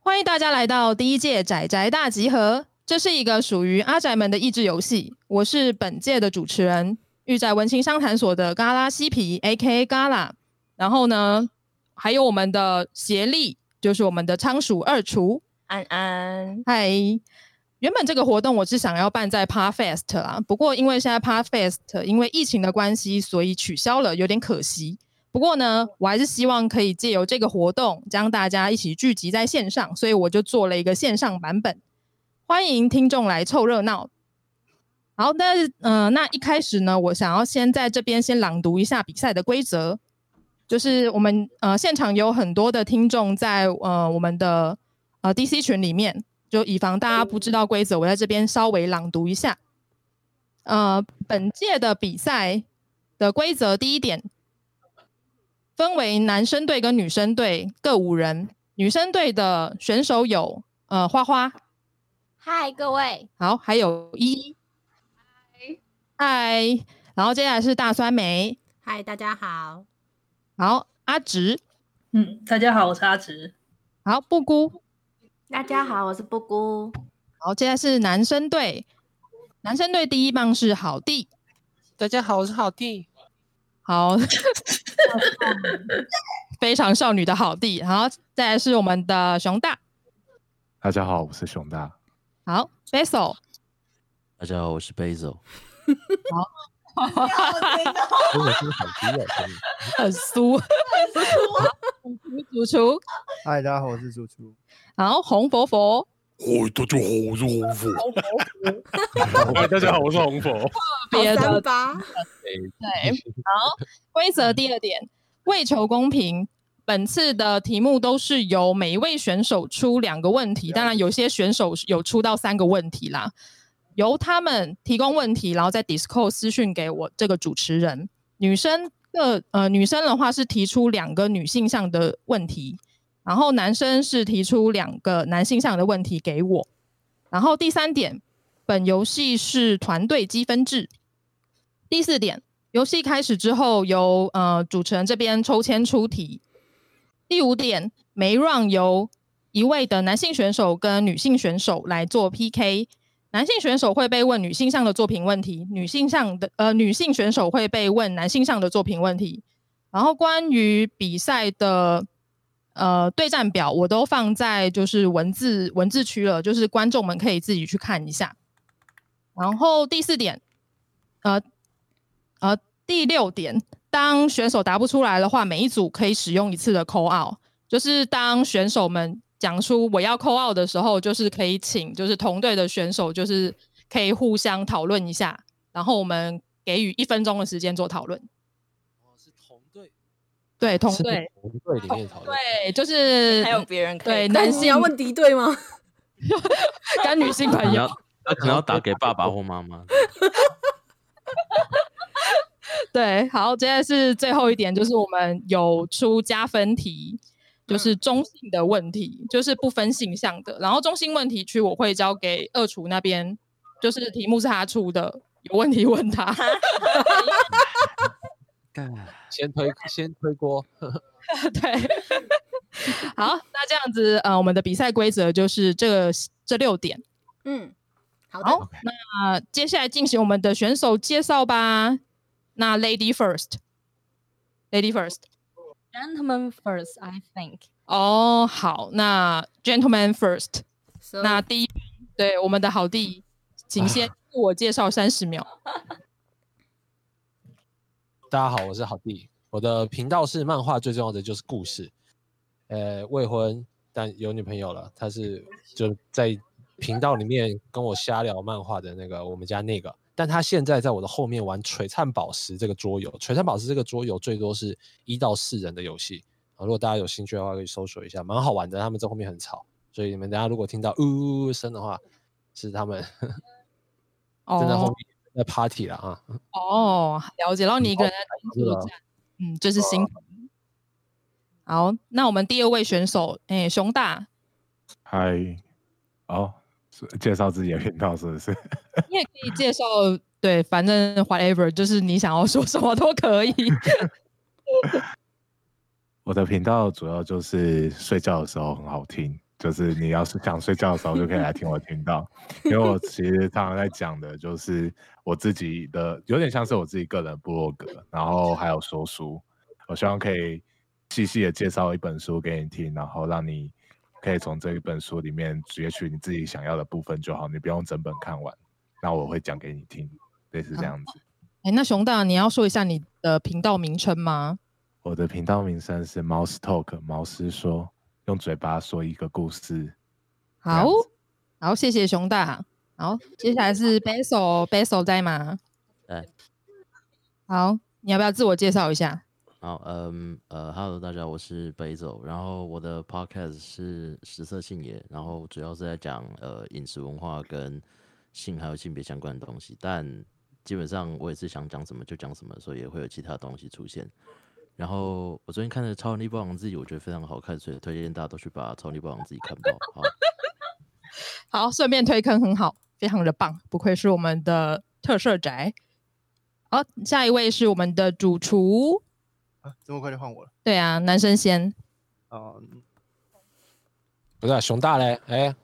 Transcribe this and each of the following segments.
欢迎大家来到第一届宅宅大集合，这是一个属于阿宅们的益智游戏。我是本届的主持人，御宅文青商谈所的嘎啦西皮 （A.K.A. 嘎啦）。然后呢，还有我们的协力，就是我们的仓鼠二厨。安安，嗨，原本这个活动我是想要办在 p a r Fest 啊，不过因为现在 p a r Fest 因为疫情的关系，所以取消了，有点可惜。不过呢，我还是希望可以借由这个活动将大家一起聚集在线上，所以我就做了一个线上版本，欢迎听众来凑热闹。好，那呃，那一开始呢，我想要先在这边先朗读一下比赛的规则，就是我们呃现场有很多的听众在呃我们的呃 DC 群里面，就以防大家不知道规则，我在这边稍微朗读一下。呃，本届的比赛的规则第一点分为男生队跟女生队各五人，女生队的选手有呃花花，嗨，各位，好，还有依依，嗨，然后接下来是大酸梅，嗨，大家好，好，阿直，嗯，大家好，我是阿直。好，布姑，大家好，我是布 姑，好，接下来是男生队，男生队第一棒是好弟，大家好，我是好弟。好， 非常少女的好弟，然后再来是我们的熊大，大家好，我是熊大。好 b a s i l 大家好，我是 Basil。真的是很低调声音。很酥，啊 主厨，嗨，大家好，我是猪猪。然后红佛佛，嗨，大哦家好，我是红福。 嗨，大家哎好，我是红佛。好别的三八，对，好，规则第二点，为求公平，本次的题目都是由每一位选手出两个问题，当然有些选手有出到三个问题啦，由他们提供问题，然后在 Discord 私讯给我这个主持人。女生的呃，女生的话是提出两个女性向的问题，然后男生是提出两个男性向的问题给我。然后第三点，本游戏是团队积分制。第四点，游戏开始之后由呃主持人这边抽签出题。第五点，每一 round 由一位的男性选手跟女性选手来做 PK。男性选手会被问女性向的作品问题，女性向的呃女性选手会被问男性向的作品问题。然后关于比赛的呃对战表，我都放在就是文字文字区了，就是观众们可以自己去看一下。然后第四点，呃呃第六点，当选手答不出来的话，每一组可以使用一次的扣 out，就是当选手们讲出我要扣 out 的时候，就是可以请就是同队的选手，就是可以互相讨论一下，然后我们给予一分钟的时间做讨论。我是同队，对，同是队，红队里面讨论。对，就是还有别人可以对男扣性你要问敌对吗？ 跟女性朋你友要，他可能要打给爸爸或妈 妈。对，好，接下来是最后一点，就是我们有出加分题，就是中性的问题，就是不分性向的。然后中性问题区我会交给二厨那边，就是题目是他出的，有问题问他。干，先推先推锅。对，好，那这样子，呃，我们的比赛规则就是这个这六点。嗯，好的，好，那接下来进行我们的选手介绍吧。那 Lady First，Lady First。 Gentlemen first, I think。哦，好，那 Gentleman First。 So，那第一，对我们的好弟，请先自我介绍三十秒。大家好，我是好弟。我的频道是漫画，最重要的就是故事。呃，未婚但有女朋友了，他是就在频道里面跟我瞎聊漫画的那个我们家那个，但他现在在我的后面玩《璀璨宝石》这个桌游。《璀璨宝石》这个桌游最多是一到四人的游戏啊，如果大家有兴趣的话，可以搜索一下，蛮好玩的。他们在后面很吵，所以你们大家如果听到呜呜呜声的话，是他们 正在后哦面在 party 了啊。哦，了解。然后你一个人在是独啊站，嗯，这是辛苦。好，那我们第二位选手，哎，熊大，嗨，哦，是介绍自己的频道是不是？你也可以介绍，对，反正 whatever，就是你想要说什么都可以。我的频道主要就是睡觉的时候很好听，就是你要是想睡觉的时候就可以来听我听到，因为我其实常常在讲的就是我自己的，有点像是我自己个人部落格，然后还有说书，我希望可以细细的介绍一本书给你听，然后让你可以从这一本书里面截取你自己想要的部分就好，你不用整本看完，那我会讲给你听，类似这样子。哎，那熊大，你要说一下你的频道名称吗？我的频道名称是 Mouse Talk，毛师说，用嘴巴说一个故事。这样好子，好，谢谢熊大。好，接下来是 Basil，Basil 在吗？哎，好，你要不要自我介绍一下？好，嗯，呃，Hello，大家好，我是北走，然后我的 Podcast 是食色性也，然后主要是在讲呃饮食文化跟性还有性别相关的东西，但基本上我也是想讲什么就讲什么，所以也会有其他东西出现。然后我昨天看了《超能力霸王自己》，我觉得非常好看，所以推荐大家都去把《超能力霸王自己》看爆。好，好，顺便推坑很好，非常的棒，不愧是我们的特色宅。好，下一位是我们的主厨，啊，这么快就换我了对啊，男生先。哦、嗯不是啊熊大嘞，哎，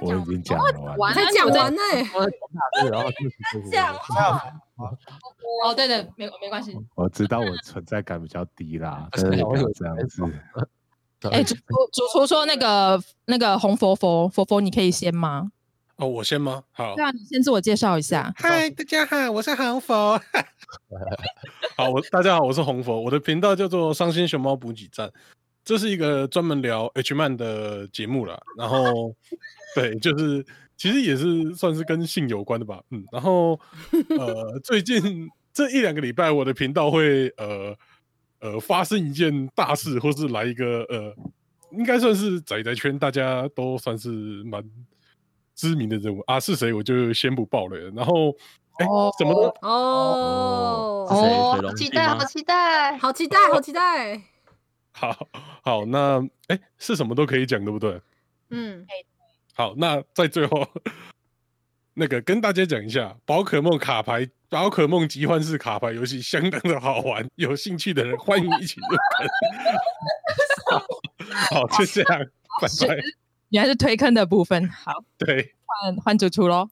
我已经讲了完了。才讲完呢、哦我在熊大对然后就是 就是就是讲哦，对对，没没关系。嗯我知道我存在感比较 低啦，是但是我以为要这样子，啊 哎，主厨主厨说那个那个红佛佛佛佛，你可以先吗？哦，我先吗？好对，啊，你先自我介绍一下。嗨，大家好，我是红佛。 好，我大家好，我是红佛，我的频道叫做伤心熊猫补给站，这是一个专门聊 H man 的节目啦。然后，对，就是其实也是算是跟性有关的吧，嗯。然后，呃，最近这一两个礼拜，我的频道会呃呃发生一件大事，或是来一个呃，应该算是仔仔圈大家都算是蛮知名的人物啊，是谁我就先不报了。然后，哎、什么都哦是谁哦水龙期记待，吗好期待。好期待，好期待。好好，那哎、诶是什么都可以讲，对不对？嗯，哎哎好，那在最后那个跟大家讲一下，宝可梦卡牌、宝可梦集幻式卡牌游戏相当的好玩，有兴趣的人欢迎一起入坑。好，就这样，拜拜。原来是推坑的部分。好，对，换换主厨喽。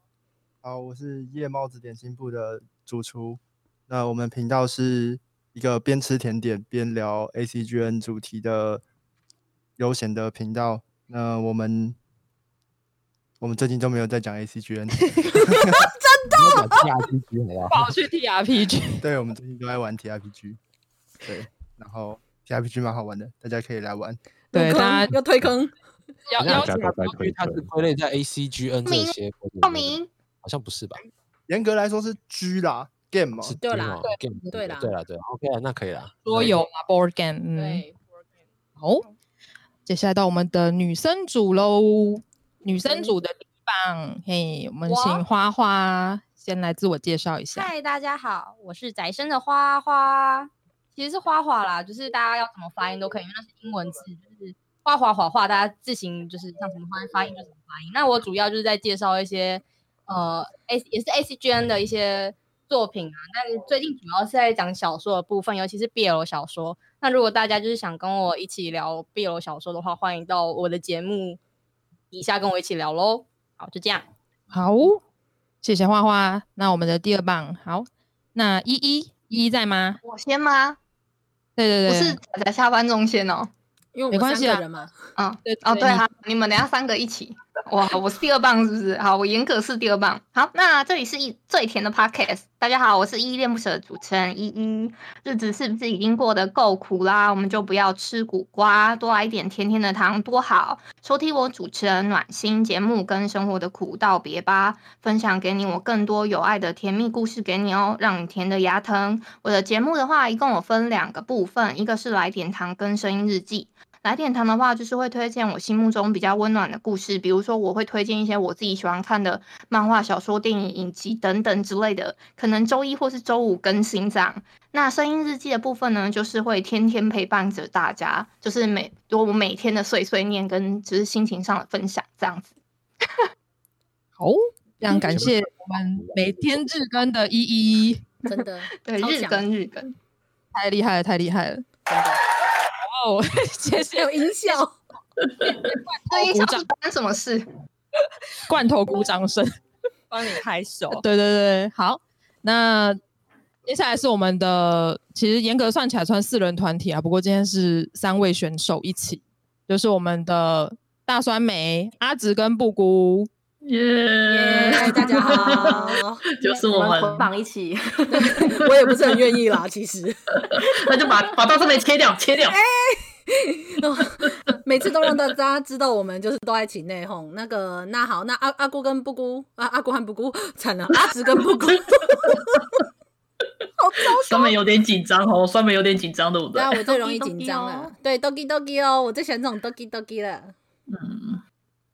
好，我是夜猫子点心部的主厨。那我们频道是一个边吃甜点边聊 A C G N 主题的悠闲的频道。那我们我们最近都没有在讲 A C G N，真的假期集合啊，跑去 T R P G。对，我们最近都在玩 T R P G。对，然后 T R P G 蛮好玩的，大家可以来玩。对，入坑大家又推坑，要大要家都在推它是推。归类在 A C G N 这些，报名，好像不是吧？严格来说是 G 啦，game 嘛是，对啦 game 哦，game 对啦对啦，对啦，OK 啊啦，那可以啦，桌游嘛，board game。嗯，对，好，接下来到我们的女生组喽，女生组的地方，嘿，我们请我花花先来自我介绍一下。嗨，大家好，我是宅生的花花，其实是花花啦，就是大家要怎么发音都可以，因为那是英文字，就是花花花花，大家自行就是像什么发音发音就怎么发音。那我主要就是在介绍一些呃 A 也是 A C G N 的一些作品啊，但最近主要是在讲小说的部分，尤其是 BL 小说。那如果大家就是想跟我一起聊 BL 小说的话，欢迎到我的节目底下跟我一起聊喽。好，就这样。好，谢谢花花。那我们的第二棒，好，那依依依依在吗？我先吗？对对不对，是仔仔下班中先哦。因为我没们关系三啊个人嘛，嗯，对哦对啊，你们等一下三个一起。哇，我是第二棒是不是？好，我严格是第二棒。好，那这里是一最甜的 podcast。大家好，我是依依恋不舍的主持人依依。日子是不是已经过得够苦啦？我们就不要吃苦瓜，多来一点甜甜的糖多好。收听我主持人暖心节目跟生活的苦道别吧，分享给你我更多有爱的甜蜜故事给你哦，让你甜得牙疼。我的节目的话，一共有分两个部分，一个是来点糖跟声音日记。来点糖的话，就是会推荐我心目中比较温暖的故事，比如说我会推荐一些我自己喜欢看的漫画、小说、电影、影集等等之类的，可能周一或是周五更新这样。那声音日记的部分呢，就是会天天陪伴着大家，就是每我每天的碎碎念跟就是心情上的分享这样子。好，非常感谢我们每天日更的依依， 真 的对，超日强更日更。太厉害了，太厉害了！真的 哦，谢还谢 有音效，这一鼓小掌时发生什么事？罐头鼓掌声。帮你拍手。对对对，好，那接下来是我们的，其实严格算起来算四人团体啊，不过今天是三位选手一起，就是我们的大酸梅、阿直跟布谷。耶！嗨，大家好，就是我们们捆绑一起，我也不是很愿意啦，其实， 那就把把到这边切掉，切 掉。哎哦每次都让大家知道我们就是都在一起内讧。那个，那好，那阿阿姑跟布姑，啊阿姑和布姑，惨了，阿直跟布姑，酸梅有点紧张哦，酸梅有点紧张，对不对对啊，？我最容 易紧张了，对，doki doki 哦，我最喜欢这种 doki doki 了。嗯嗯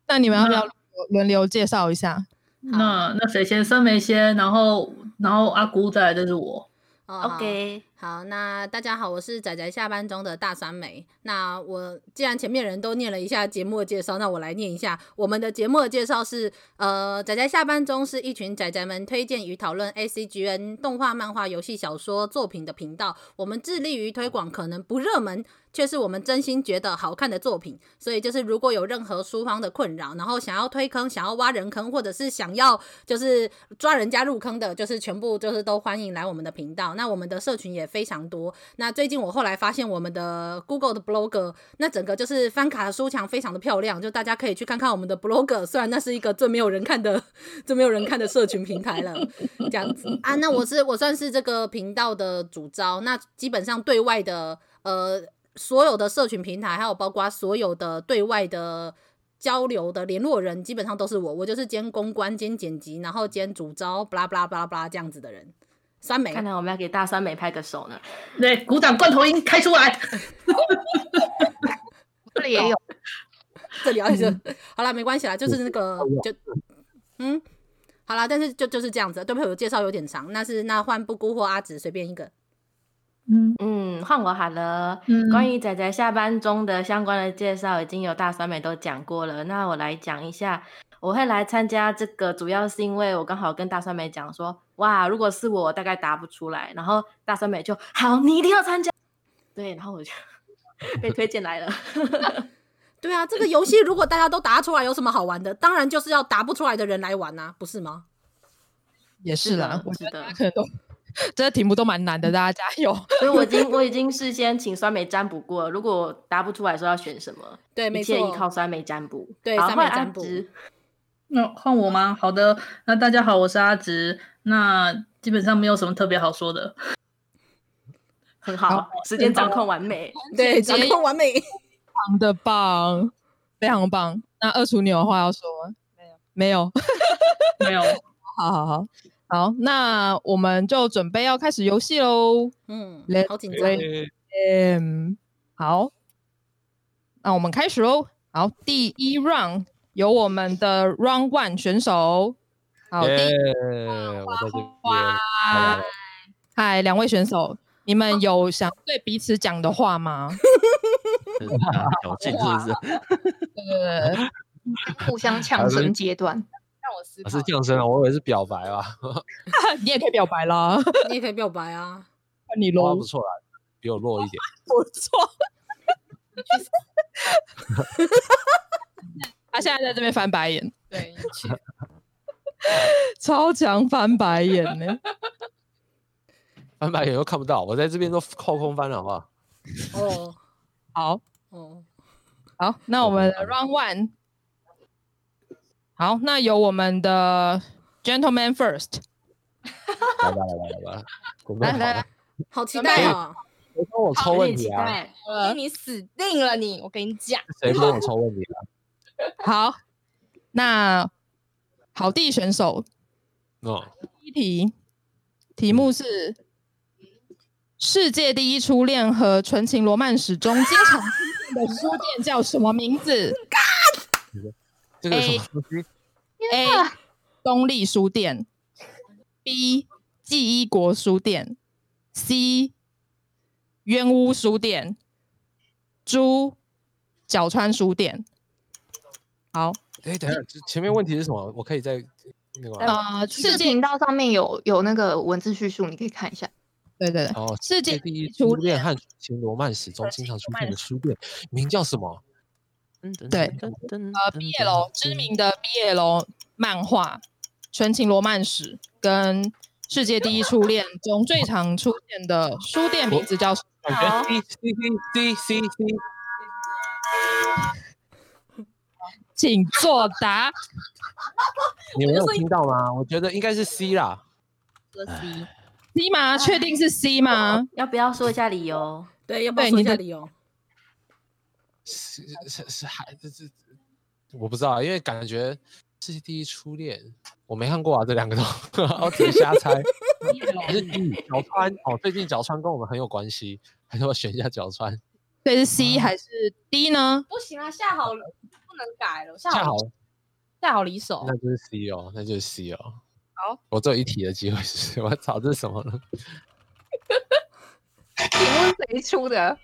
那你们要不要轮流介绍一下？那那谁先？酸梅先，然后然后阿姑再来，就是 我。哦、OK，好，那大家好，我是仔仔下班中的大酸梅。那我既然前面人都念了一下节目的介绍，那我来念一下我们的节目的介绍是：呃，仔仔下班中是一群仔仔们推荐与讨论 A C G N 动画、漫画、游戏、小说作品的频道。我们致力于推广可能不热门，却是我们真心觉得好看的作品。所以就是如果有任何书方的困扰，然后想要推坑、想要挖人坑，或者是想要就是抓人家入坑的，就是全部就是都欢迎来我们的频道。那我们的社群也非常多。那最近我后来发现我们的 Google 的 blogger，那整个就是翻卡的书墙非常的漂亮，就大家可以去看看我们的 blogger。虽然那是一个最没有人看的、 最没有人看的社群平台了，这样子 啊。那我是我算是这个频道的主招，那基本上对外的呃所有的社群平台，还有包括所有的对外的交流的联络人，基本上都是我，我就是兼公关、兼剪辑，然后兼主招，巴拉巴拉巴拉巴拉这样子的人。酸梅，看来我们要给大酸梅拍个手呢。 对，鼓掌，罐头音开出来。这里也有， 这里啊， 这好啦，没关系啦，就是那个就嗯，好啦，但是就就是这样子。对不起，我介绍有点长，那是那换布姑或阿紫随便一个。嗯 嗯，换我好了。嗯关于仔仔下班中的相关的介绍，已经有大酸梅都讲过了。那我来讲一下，我会来参加这个，主要是因为我刚好跟大酸梅讲说，哇，如果是我，我大概答不出来。然后大酸梅就 好，你一定要参加。对，然后我就被推荐来了。 对啊，这个游戏如果大家都答出来，有什么好玩的？当然就是要答不出来的人来玩啊，不是吗？也是啦，我觉是得的大家可能都这题目都蛮难的，大家加油。所以我已经我已经事先请酸梅占卜过了，如果我答不出来说要选什么，对没一切错依靠酸梅占卜。对好酸换梅占阿卜直那哦换我吗？好的，那大家好，我是阿直。那基本上没有什么特别好说的。很好，时间掌控完美。 对，掌控完美。棒的棒，非常棒。那二厨你有话要说吗？没有，没 有，没有。好好好好，那我们就准备要开始游戏喽。嗯 Let's 好紧张。 play game。好，那我们开始喽。好，第一 round 由我们的 round one 选手。好，第一耶我在这边。哇嗨，两位选手，你啊们有想对彼此讲的 话 吗？啊 挑衅是不是？对对对，互相呛声阶段，让我思啊考。是降生啊，我以为是表白啊，你也可以表白啦， 你也可以表白啊。换你哇喽不。错啦，比我弱一点。不错。他现在在这边翻白眼，对，去超强翻白眼呢、翻白眼又看不到，我在这边都扣空翻了，好不好？哦好哦，好，那我们的 round one，好，那由我们的 gentleman first，来吧，来吧，来吧，准备来好了来来，好期待啊！谁跟我抽问题好啊？令人期呃哎哦你死定了你！我跟你讲，谁跟我抽问题啊？好，那好地选手哦，第一题，题目是世界第一初恋和纯情罗曼史中经常出现的书店叫什么名字这哎个什么东 西？ ？A. 东立书店，B. 记忆国书店，C. 冤屋书店，猪角川书店。好，哎，等一下，这前面问题是什么？我可以再那个吗呃，世视界频道上面有有那个文字叙述，你可以看一下。对对对，哦，世界第一初初恋和情罗曼史中经常出现的书店名叫什么？对，呃，BL 知名的 BL 漫画《纯情罗曼史》跟《世界第一初恋》中最常出现的书店名字叫什么感觉 C C C C C，请作答。你没有听到吗？我觉得应该是 C 啦。 C C 吗？确定是 C 吗？要不要说一下 理由？哦对，要不要对说一你下的理由？是是是还这这，我不知道，因为感觉是第一初恋，我没看过啊，这两个都， 我只是瞎 猜。还是 D 角川哦，最近角川跟我们很有关系，还是我选一下角川。对，是 C 还是 D 呢？不行啊，下好了不能改了，下恰好好下好离手那。就是 C 哦，那就是 C 哦。好，我只有一题的机会，是我 操，这是什么呢？请问谁出的？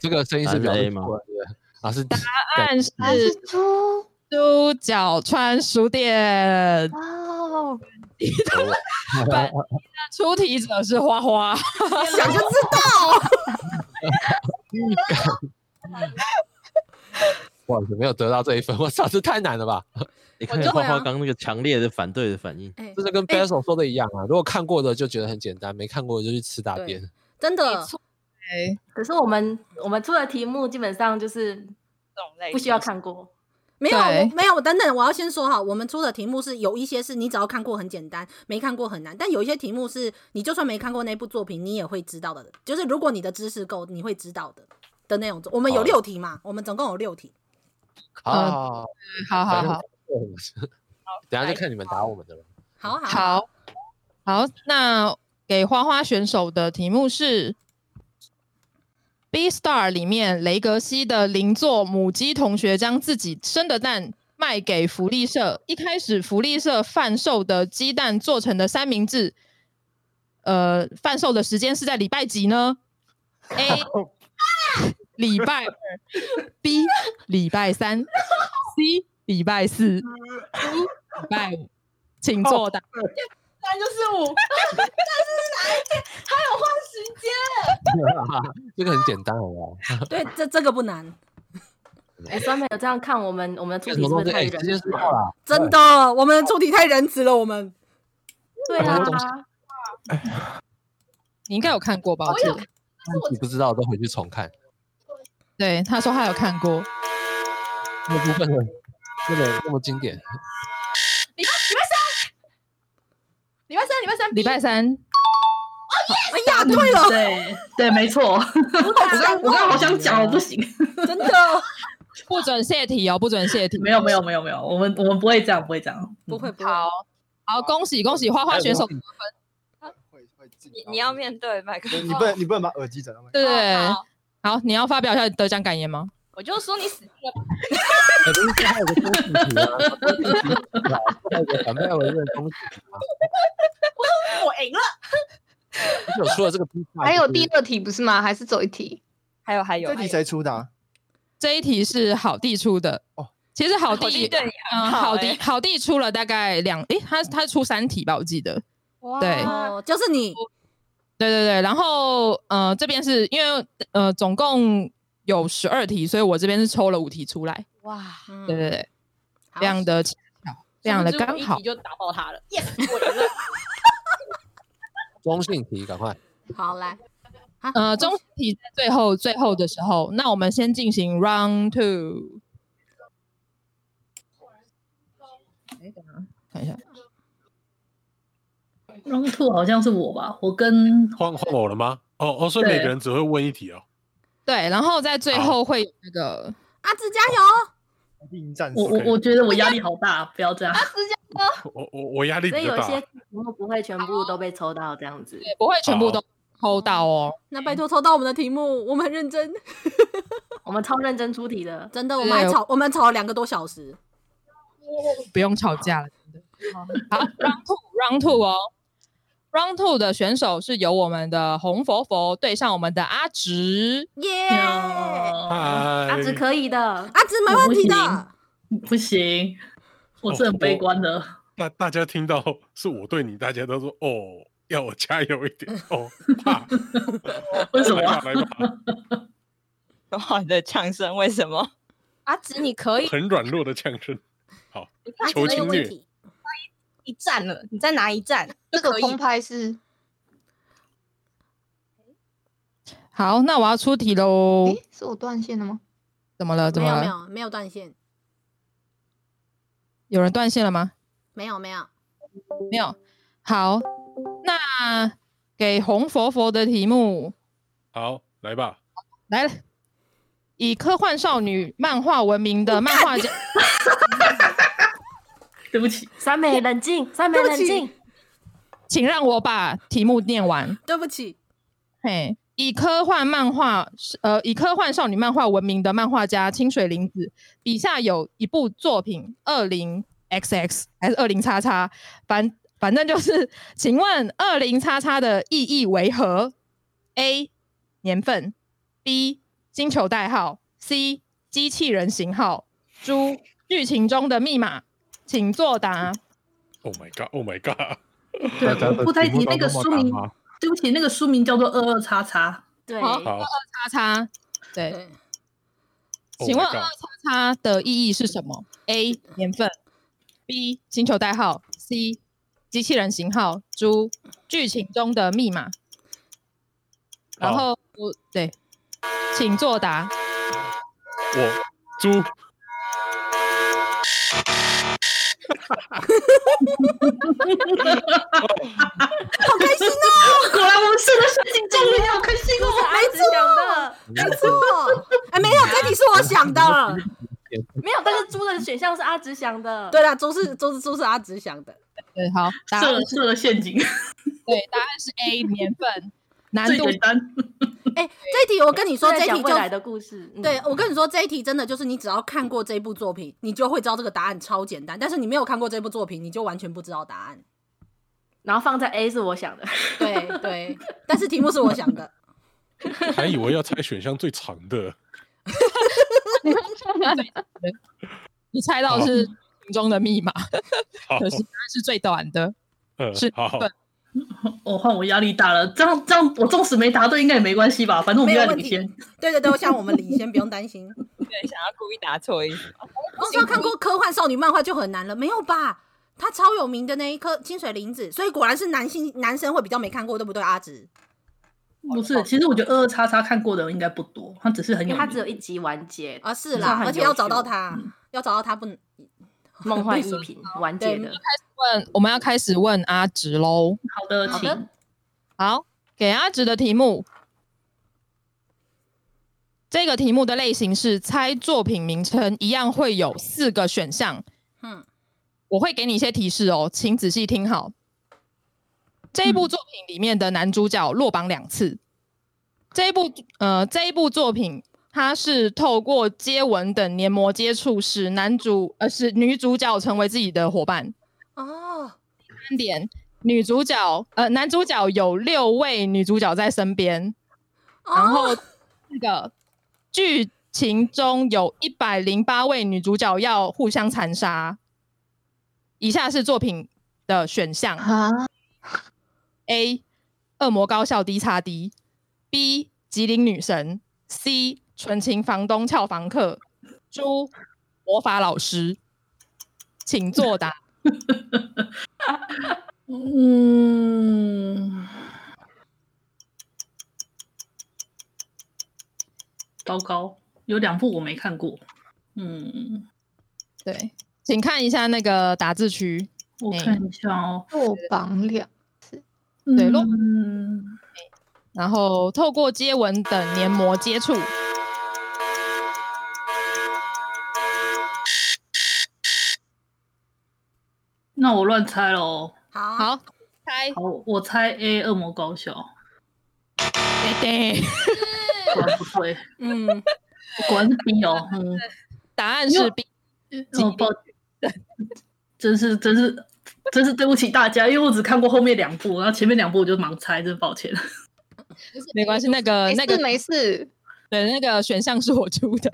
这个声音是答表案是示 A 吗错的对不对啊，是 答答案是出猪脚川哦书哦 店。哦，本出题者是花花，想就知道，不好意思，没有得到这一分，我操，这太难了吧？你看就会花啊花刚那个强烈的反对的反应，哎这是跟 b 哎 a s i l 说的一样啊。如果看过的就觉得很简单，没看过的就去吃大对便。真的，哎可是我们我们出的题目基本上就是种类不需要看过，没有，我对没有，等等，我要先说好，我们出的题目是有一些是你只要看过很简单，没看过很难，但有一些题目是你就算没看过那部作品，你也会知道的，就是如果你的知识够，你会知道的的那种。我们有哦好六题嘛，我们总共有六题。呃啊，好好好，等一下就看你们答我们的了。好好，好好，那给花花选手的题目是《B Star》里面雷格西的邻座母鸡同学将自己生的蛋卖给福利社，一开始福利社贩售的鸡蛋做成的三明治，呃，贩售的时间是在礼拜几呢？A 礼拜二，B 礼拜三，C 礼拜四，D 礼拜五，请作答。三就是五，这个很简单，好不好？ 对，这这个不难， 哎，酸梅有这样看我们我们的这个出什么题是不东是西？哎，太仁直接说话啦。真的，我们的出题太仁慈了，我们。对啦什么东西，你应该有看过吧？我我记有得看，但是我你不知道都回去重看。对，他说他有看过。那部分的这个那么经典， 礼拜三礼拜三哦礼拜三，啊哎呀，对了，对对，没错。我刚我刚好想讲，我不行。哦真的哦不准泄题哦，不准泄题。没有没有没有没有，我们我们不会这样，不会这样。不会不会，好，好，恭喜恭喜花花选手得分，会会进你到你要面对麦克你风你。不能你不能把耳机整到麦克对风。不对？好好，你要发表一下得奖感言吗？我就说你死定了，可能哎是还有个东西题 啊，还有个反派为的东西啊，我赢了。而且我出了这个 B 还有第二题不是吗？还是走一题？还有还有这题谁出的啊？这一题是好弟出的哦。其实好好弟弟对你很嗯，好好欸弟好弟出了大概两，诶，他他出三题吧，我记得。哇对哦，就是你，对对对，然后呃，这边是因为呃总共有十二题，所以我这边是抽了五题出来。哇，嗯对对，对，好非常的巧，非常的刚好一。就打爆他了，yes，我赢了。中性题，赶快好来，啊呃，中题在最后最后的时候，那我们先进行 round two。哎，等一下，看一下， Round Two 好像是我吧，我跟换换我了吗？哦哦，所以每个人只会问一题哦。对，然后在最后会有那个，阿志加油，硬战士我我 OK 我觉得我压力好大，不要这样。我我我压力所比以较有一大些。题目不会全部都被抽到这样子。对，不会全部都抽到哦。那拜托抽到我们的题目，我们很认真，我们超认真出题的，真的，我们还吵，我们吵了两个多小时，不用吵架了。真的好，round two，round two 哦，round two 的选手是由我们的红佛佛对上我们的阿直。耶，啊，哦阿直嗨，可以的。阿志没问题的，不行，我是很悲观的。大大家听到是我对你，大家都说哦，要我加油一点哦，怕 为什么啊？来吧来吧。很 好的呛声，为什么？阿紫，你可哎以，很软弱的呛声。好你怕，求只有侵问略。题一站了，你再拿一站，这个空拍是好，那我要出题喽。是我断线了吗？怎么了？啊怎没么有没了？有没有断线，有人断线了吗？没有没有，没有。好，那给红佛佛的题目好，来吧。来了。以科幻少女漫画闻名的漫画家， 对不起，三美冷静，三美冷静。请让我把题目念完。对不起，嘿，以科幻漫画呃以科幻少女漫画闻名的漫画家清水玲子笔下有一部作品二零 XX 还是二零叉叉，反反正就是，请问二零叉叉的意义为何？A 年份，B 星球代号，C 机器人型号，猪剧情中的密码，请作答。 Oh my god! Oh my god! 对，大家我的不太题目提都那个那么书难名吗，对不起，那个书名叫做二二叉叉。 对好，好二二叉叉，对，对， Oh 请 my 问 god 二叉叉的意义是什么？A 年份，B 星球代号，C 机器人型号，猪剧情中的密码。然好后我对，请作答。我猪好开心哦， 果然我们四个事情中了，好开心哦！没想的，没错，哎，没有，这题是我想的。 没有，但是猪的选项是阿直想的。对啦，猪是猪是猪是阿直想的，对，好， 答设案了是设了陷阱， 对，答案是 A 年份， 难最度简单。 哎，这一题我跟你说，都这在一讲题未就来的故事。嗯对，我跟你说，这一题真的就是你只要看过这部作品，你就会知道这个答案超简单。但是你没有看过这部作品，你就完全不知道答案。然后放在 A 是我想的，对对，但是题目是我想 的。还以为要猜选项最长的，你猜到好是剧情中的密码，好，可是答案是最短的。嗯 是好，本 我换我压力大了，这样这样，我纵使没答对应该也没关系吧，反正我没们有要问领题先。 对对对，我想我们领先，不用担 心。对，想要故意答错意思吗？光说看过科幻少女漫画就很难了，没有吧？他超有名的那一颗清水玲子，所以果然是男性男生会比较没看过，对不对？阿直，不是，其实我觉得二二叉叉看过的人应该不多，他只是很因有为名。它只有一嗯集完结，啊是那啦，很而且要优找到秀他，要找到他不能。嗯梦幻对 一品完结的。问，嗯我们要开始问阿直喽。好的，好请的，好，给阿直的题目，这个题目的类型是猜作品名称，一样会有四个选项。嗯，我会给你一些提示哦，请仔细听好。这一部作品里面的男主角落榜两次。这一部呃，这一部作品，它是透过接吻等黏膜接触，使男主呃使女主角成为自己的伙伴。哦，三点，女主角呃男主角有六位女主角在身边，然后哦那个剧情中有一百零八位女主角要互相残杀。以下是作品的选项啊， ：A. 恶魔高校 D 叉 D，B. 吉林女神，C. 纯情房东俏房客，猪魔法老师，请作答。嗯，糟糕，有两部我没看过。嗯，对，请看一下那个打字区。我哎看一下哦。落榜两，对洛嗯，然后透过接吻等黏膜接触。那我乱猜喽。好好，猜，好，我猜 A 恶魔高校，对对，果然不 对，嗯，果然是 B 哦。嗯，答案是 B。嗯哦，抱歉，真是真是真是对不起大家，因为我只看过后面两部，然后前面两部我就盲猜，真抱歉。 没关系，那个没呃那个事没事，对那个选项是我出 的。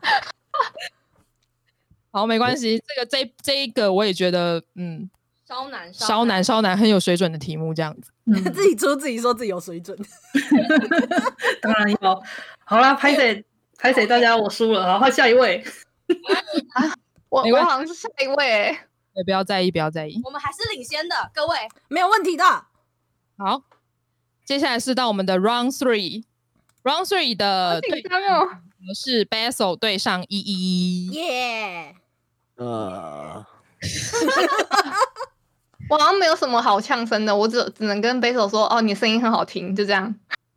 好，没关系，这个这这一个我也觉得，嗯，稍难稍难稍难，很有水准的题目这样子。嗯 自己出自己说自己有水准，当然有。哎好啦，拍谁拍谁，大家我输了，好，换下一位。啊我啊没关我系好像是下一位，也不要在意，不要在意。我们还是领先的，各位。没有问题的。呃好，接下来是到我们的 Round Three。Round Three 的对张哦，是 Basil 对上一一一。耶、呃，我好像没有什么好呛声的，我只只能跟 b a s 说，哦，你声音很好听，就这样，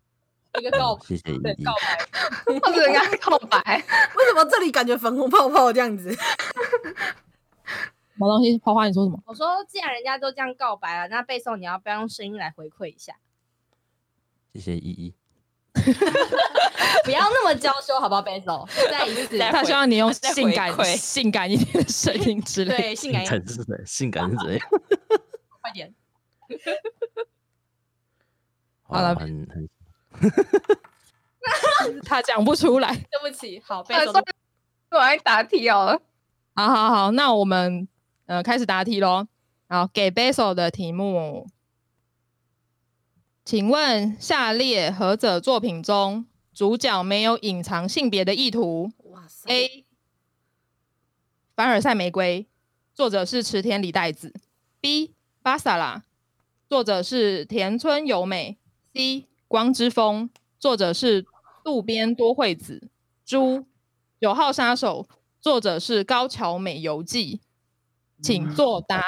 一个告谢谢依对依告白，我只能跟 他告白。为什么这里感觉粉红泡泡这样子？什么东西？花花，你说什么？我说既然人家都这样告白了，那背诵你要不要用声音来回馈一下？谢谢依依。 不要那么娇羞，好不好？背诵再一次， 再他回希望你用再性回感、馈性感一点的声音之类的。对性感一点，是谁？性感是 谁？快点。好了哦很很 他讲不出来。对不起，好，背哎诵算了我来答题哦好了。好好好，那我们呃开始答题喽。好，给 Basil 的题目，请问下列何者作品中主角没有隐藏性别的意图哇塞！ ？A. 凡尔赛玫瑰，作者是池田里代子。B. 巴萨拉，作者是田村由美。C. 光之风，作者是渡边多惠子。猪九号杀手，作者是高桥美由纪。请作答。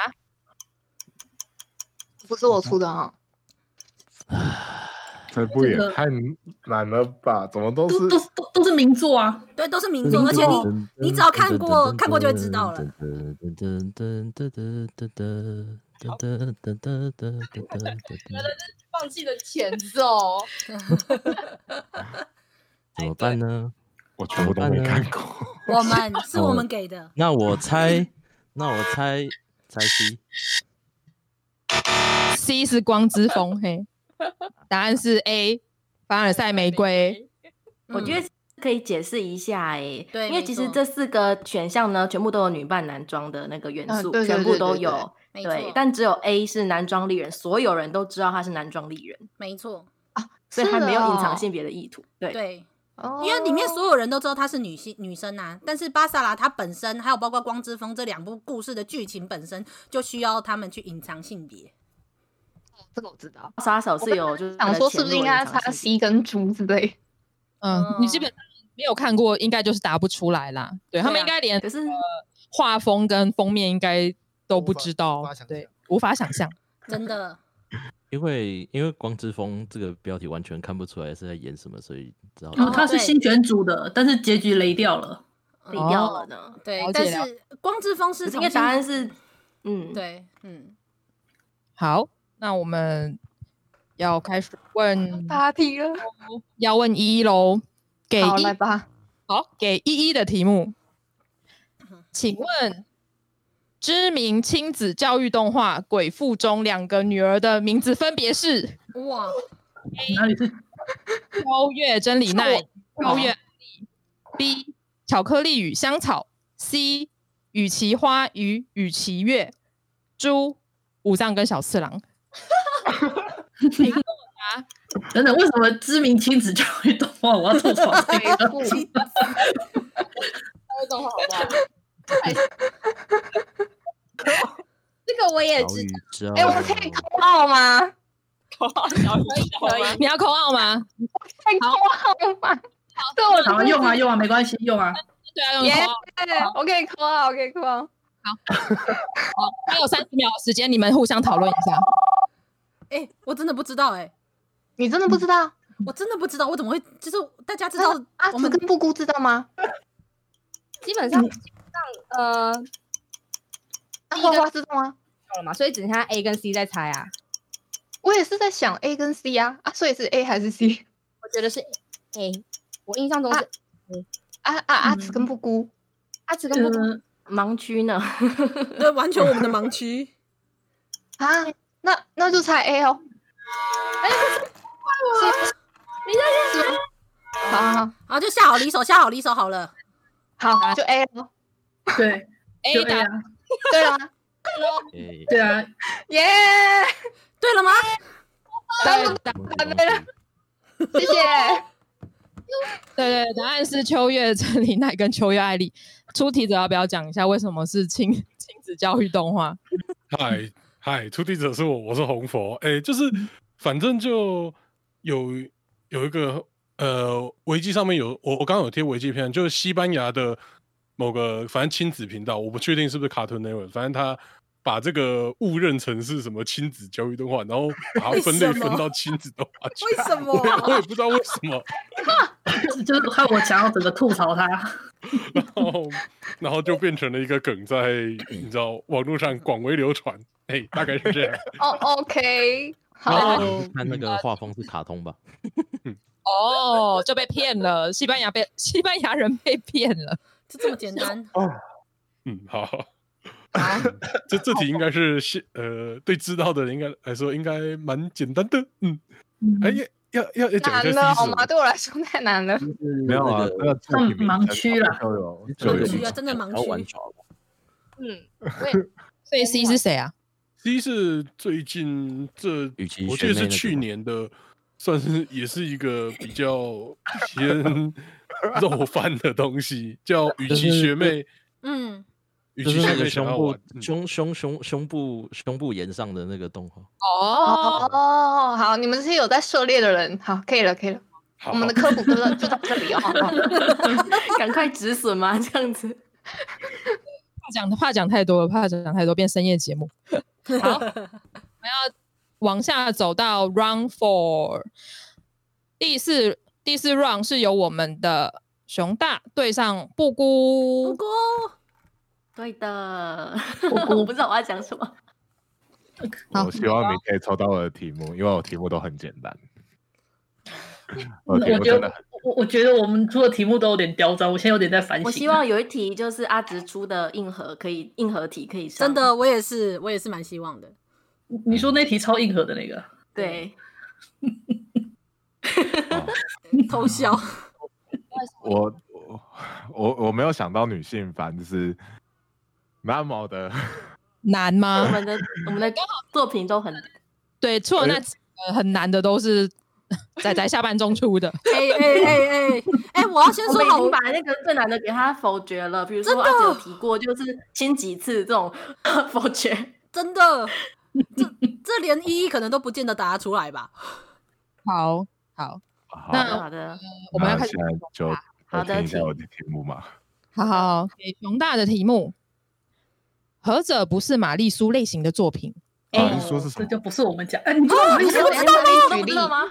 不是我出的啊哈、这部也真的太难了吧？怎么都是都都都都是名作啊！对，都是名作，而且你你只要看过看过就会知道了。放弃了前 奏，怎么办呢？我全部都没看过。我们是我们给的，那我猜，那我猜猜 C， C 是光之风，嘿，答案是 A，凡尔赛玫瑰。我觉得可以解释一下诶、嗯对因为没其实错这四个选项呢，全部都有女扮男装的那个元嗯素，对对全部对都对有。没错对，但只有 A 是男装丽人，所有人都知道他是男装丽人，没错，啊所以他没有隐藏性别，别的意图。对，哦对，哦因为里面所有人都知道她是女性女生啊，但是巴萨拉她本身，还有包括光之风这两部故事的剧情本身，就需要他们去隐藏性别。这个我知道。杀手是有就是想说是不是应该插插 C 跟猪之类？ 嗯，你基嗯本上没有看过，应该就是答不出来啦。对他对们啊应该连可是呃画风跟封面应该都不知道无法无法想，对象，无法想象。真的，因为因为《光之风》这个标题完全看不出来是在演什么，所以只好然后他是哦对新选组的，但是结局雷掉了。比哦掉了呢？对了，但解了是光之风可是是因为重新答案是，嗯，，对，嗯，好，那我们要开始问，答题了， 要问依依喽。给好一来吧。好，给依依的题目，请问知名亲子教育动画《鬼父》中两个女儿的名字分别是哇，哪里是超越真理奈、超哦越安利 B 巧克力与香草 C 与其花与与其月猪五藏跟小次郎。等等，为什么知名亲子教育动画我要吐槽这 个？ 这种好不好？这个我也早知已知道。哎、我可以扣号吗？可以，你要扣号吗？可以扣号吗？对，我好啊，用啊用啊，没关系，用啊。对啊，用耶扣号。我可以扣号，我可以啊扣号。还有三十秒的时间，你们互相讨论一 下。哎、我真的不知道、哎，你真的不知道？ 我真的不知道，我怎么会？就是大家知知道阿我紫们跟布姑知道 吗？嗯基本上基本上呃啊第一花个花知道吗？到了嘛，所以只剩下 A 跟 C 在猜啊。我也是在想 A 跟 C 啊，啊，所以是 A 还是 C？我觉得是 A，我 印象中是啊啊，阿紫跟布姑，阿紫跟布嗯，盲区呢？ 对，完全我们的盲 区。啊，那那就猜 A 哦。哎、欸，你在这 好好啊好，就下好离手，下好离手好了。好好，就 A 了。对， A 哎就答 A 啊， 对啊，对啊，耶！ 对了吗？答对了，谢谢。对对，答案是秋月陈林奈跟秋月艾丽。出题者要不要讲一下为什么是亲 亲子教育动画？嗨嗨，出题者是我，我是红佛。哎、就是嗯反正就有有一个呃，维基上面有我我刚刚有贴维基片，就是西班牙的某个反正亲子频道，我不确定是不是 Cartoon Network，反正他把这个误认成是什么亲子教育动画，然后把它分类分到亲子动画去。为什么我也我也不知道为什么。 就是害我想要整个吐槽他。然后，然后就变成了一个梗在，你知道网络上广为流传。哎、大概是这样。哦，OK， 然好，后看那个画风是卡通吧？哦，就被骗了，西班牙被 西班牙人被骗了，就这么简单。嗯，好。这这题应该是是呃，对知道的人应该来说应该蛮简单的。嗯，哎、呀，要要要讲一难了好下第一吗？嗯对我来说太难了。嗯没有啊，这个算嗯盲 区了，就有就盲有区啊，真的盲区。嗯， 所以 C 是谁啊？ C 是最近这与其，我记学妹得是那个去吗年的，算是也是一个比较偏肉饭的东西，叫与就其是学妹，嗯，与就其是那学个妹想胸要部玩，胸胸胸胸部胸部沿上的那个动画。哦，哦，好，你们这些有在涉猎的人，好，可以了，可以了。好我们的科普就 到就到这里哦。好好哦赶快止损嘛，这样子。怕讲怕讲太多了，怕讲太多变深夜 节目。好，我们要往下走到 round four，第四第四 round 是由我们的熊大对上布不姑，过对的，我 我不知道我要讲什么。好我希望你可以抽到我的题目，因为我题目都很简单。我的题我目觉真的得很，我我觉得我们出的题目都有点刁钻，我现在有点在反省。啊我希望有一题就是阿直出的硬核可以硬核题可以上。真的，我也是，我也是蛮希望的。你说那题超硬核的那个，对，偷笑， 我我我我没有想到女性凡是那么的，难我吗？们的我们的作品都很 对，除了那几个很难的 都是仔仔下半中出的。哎哎哎哎哎，我要先我说们已好经，把那个最难的给他否决了，比如真说的阿紫有提过，就是亲几次这种 否决。真的，这这连一一可能都不见得答得出来吧？好好，好那好的，我们要 那开始现在就好我的听一下请我的题目嘛。好好好，给熊大的题目，何者不是玛丽苏类型的作品？啊老哎师说是什这么？就不是我们讲，哎，你知道我们你讲是的谁可以举例吗？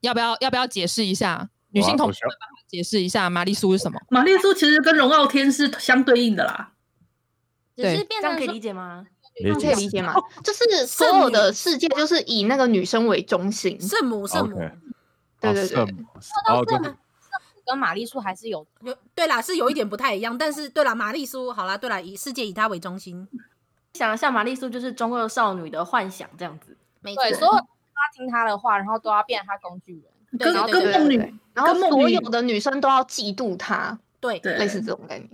要不要要不要解释一下？女性我同啊我志需要们帮我解释一下玛丽苏是什么？玛丽苏其实跟荣傲天是相对应的啦。对只是变这样成可以说理解吗？这样可以理解吗？就是所有的世界就是以那个女生为中心。圣母，圣母， OK 对哦对圣对母哦，这个跟玛丽苏还是有有对啦，是有一点不太一样，但是对啦，玛丽苏，好啦，对啦，以世界以她为中心，想一下，玛丽苏就是中二少女的幻想这样子。没错对，，所有人都要听她的话，然后都要变她工具人。对跟跟对对梦对女然后跟梦所女有的女生都要嫉妒她，对对类似这种概念。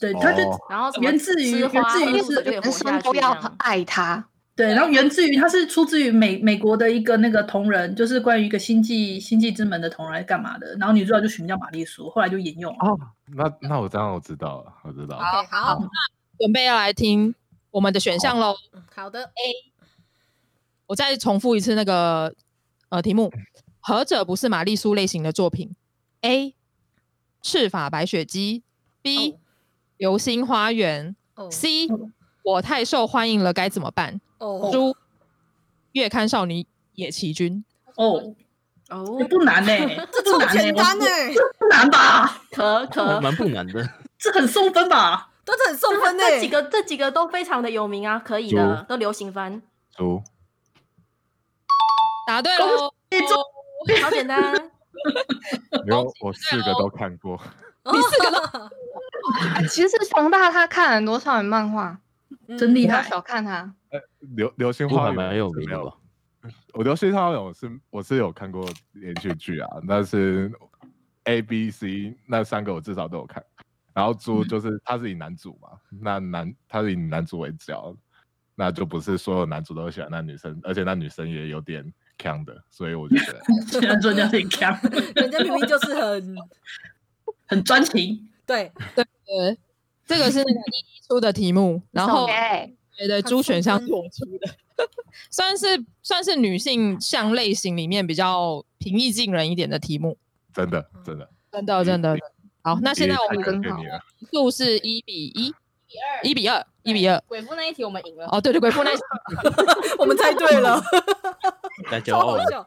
对，他就哦然后什么源自于吃花源自于喝水就可以活男下生去都这要样。爱她。对，啊然后源自于它是出自于美美国的一个那个同人，就是关于一个星际星际之门的同人干嘛的，然后女主角就取名叫玛丽苏，后来就沿用了。哦，那那我这样我知道了，我 知道了。 ，OK，好准备要来听我们的选项喽。嗯好的，我再重复一次那个呃题嗯目：何者不是玛丽苏类型的作品？A. 赤发白雪姬，B. 哦流星花园哦，C. 我太受欢迎了该怎么办？哦，猪月刊少女野崎君，哦，哦，不 难呢、欸这这不么难呢、简单呢，欸不欸难吧？ 可哦可，蛮不难的。这很送分 吧？都是很送分欸呢，这几个这几个都非常的有名啊，可以的猪，都流行翻，猪答对喽！好简单。因为我四个都看过，你四个都 哎其实熊大他看很多少女漫画，真厉不要害！小看他。流流星不花还园蛮有是名没的有吧？ 我流星花园我是我是有看过连续剧啊，但是 A、B、C 那三个我至少都有看。然后猪就是他是以男主嘛，那男他是以男主为角，那就不是所有男主都喜欢那女生，而且那女生也有点强的，所以我就觉得虽然说人家很强，人家明明就是很 很专情，对对对，这个是那个一一出的题目，然后对对猪选项是我出的， 算是算是女性向类型里面比较平易近人一点的题目，真的真的真的真的。好，那现在我也太感们谢你了比数是一比一，一比二，一比二。鬼父那一题我们赢了，哦，对对，鬼父那 我们猜对 了，来骄超傲好了，笑，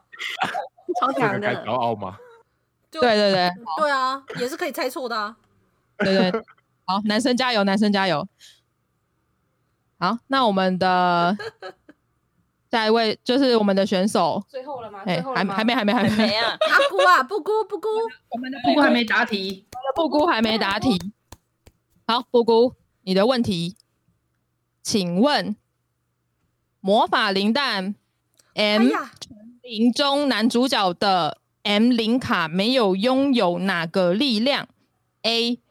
超这个该骄 傲吗？对对对对对啊，也是可以猜错的啊。对对，好，男生加油，男生加油。好，那我们的下一位就是我们的选手，最后了吗？哎、最后了还吗？还没还没还没，没 啊，阿姑啊，布姑布姑，我们的布谷还没答题，布姑还没答题。好，布姑，你的问题，请问魔法林蛋哎 M 呀，零中男主角的 M 零卡没有拥有哪个力量？A.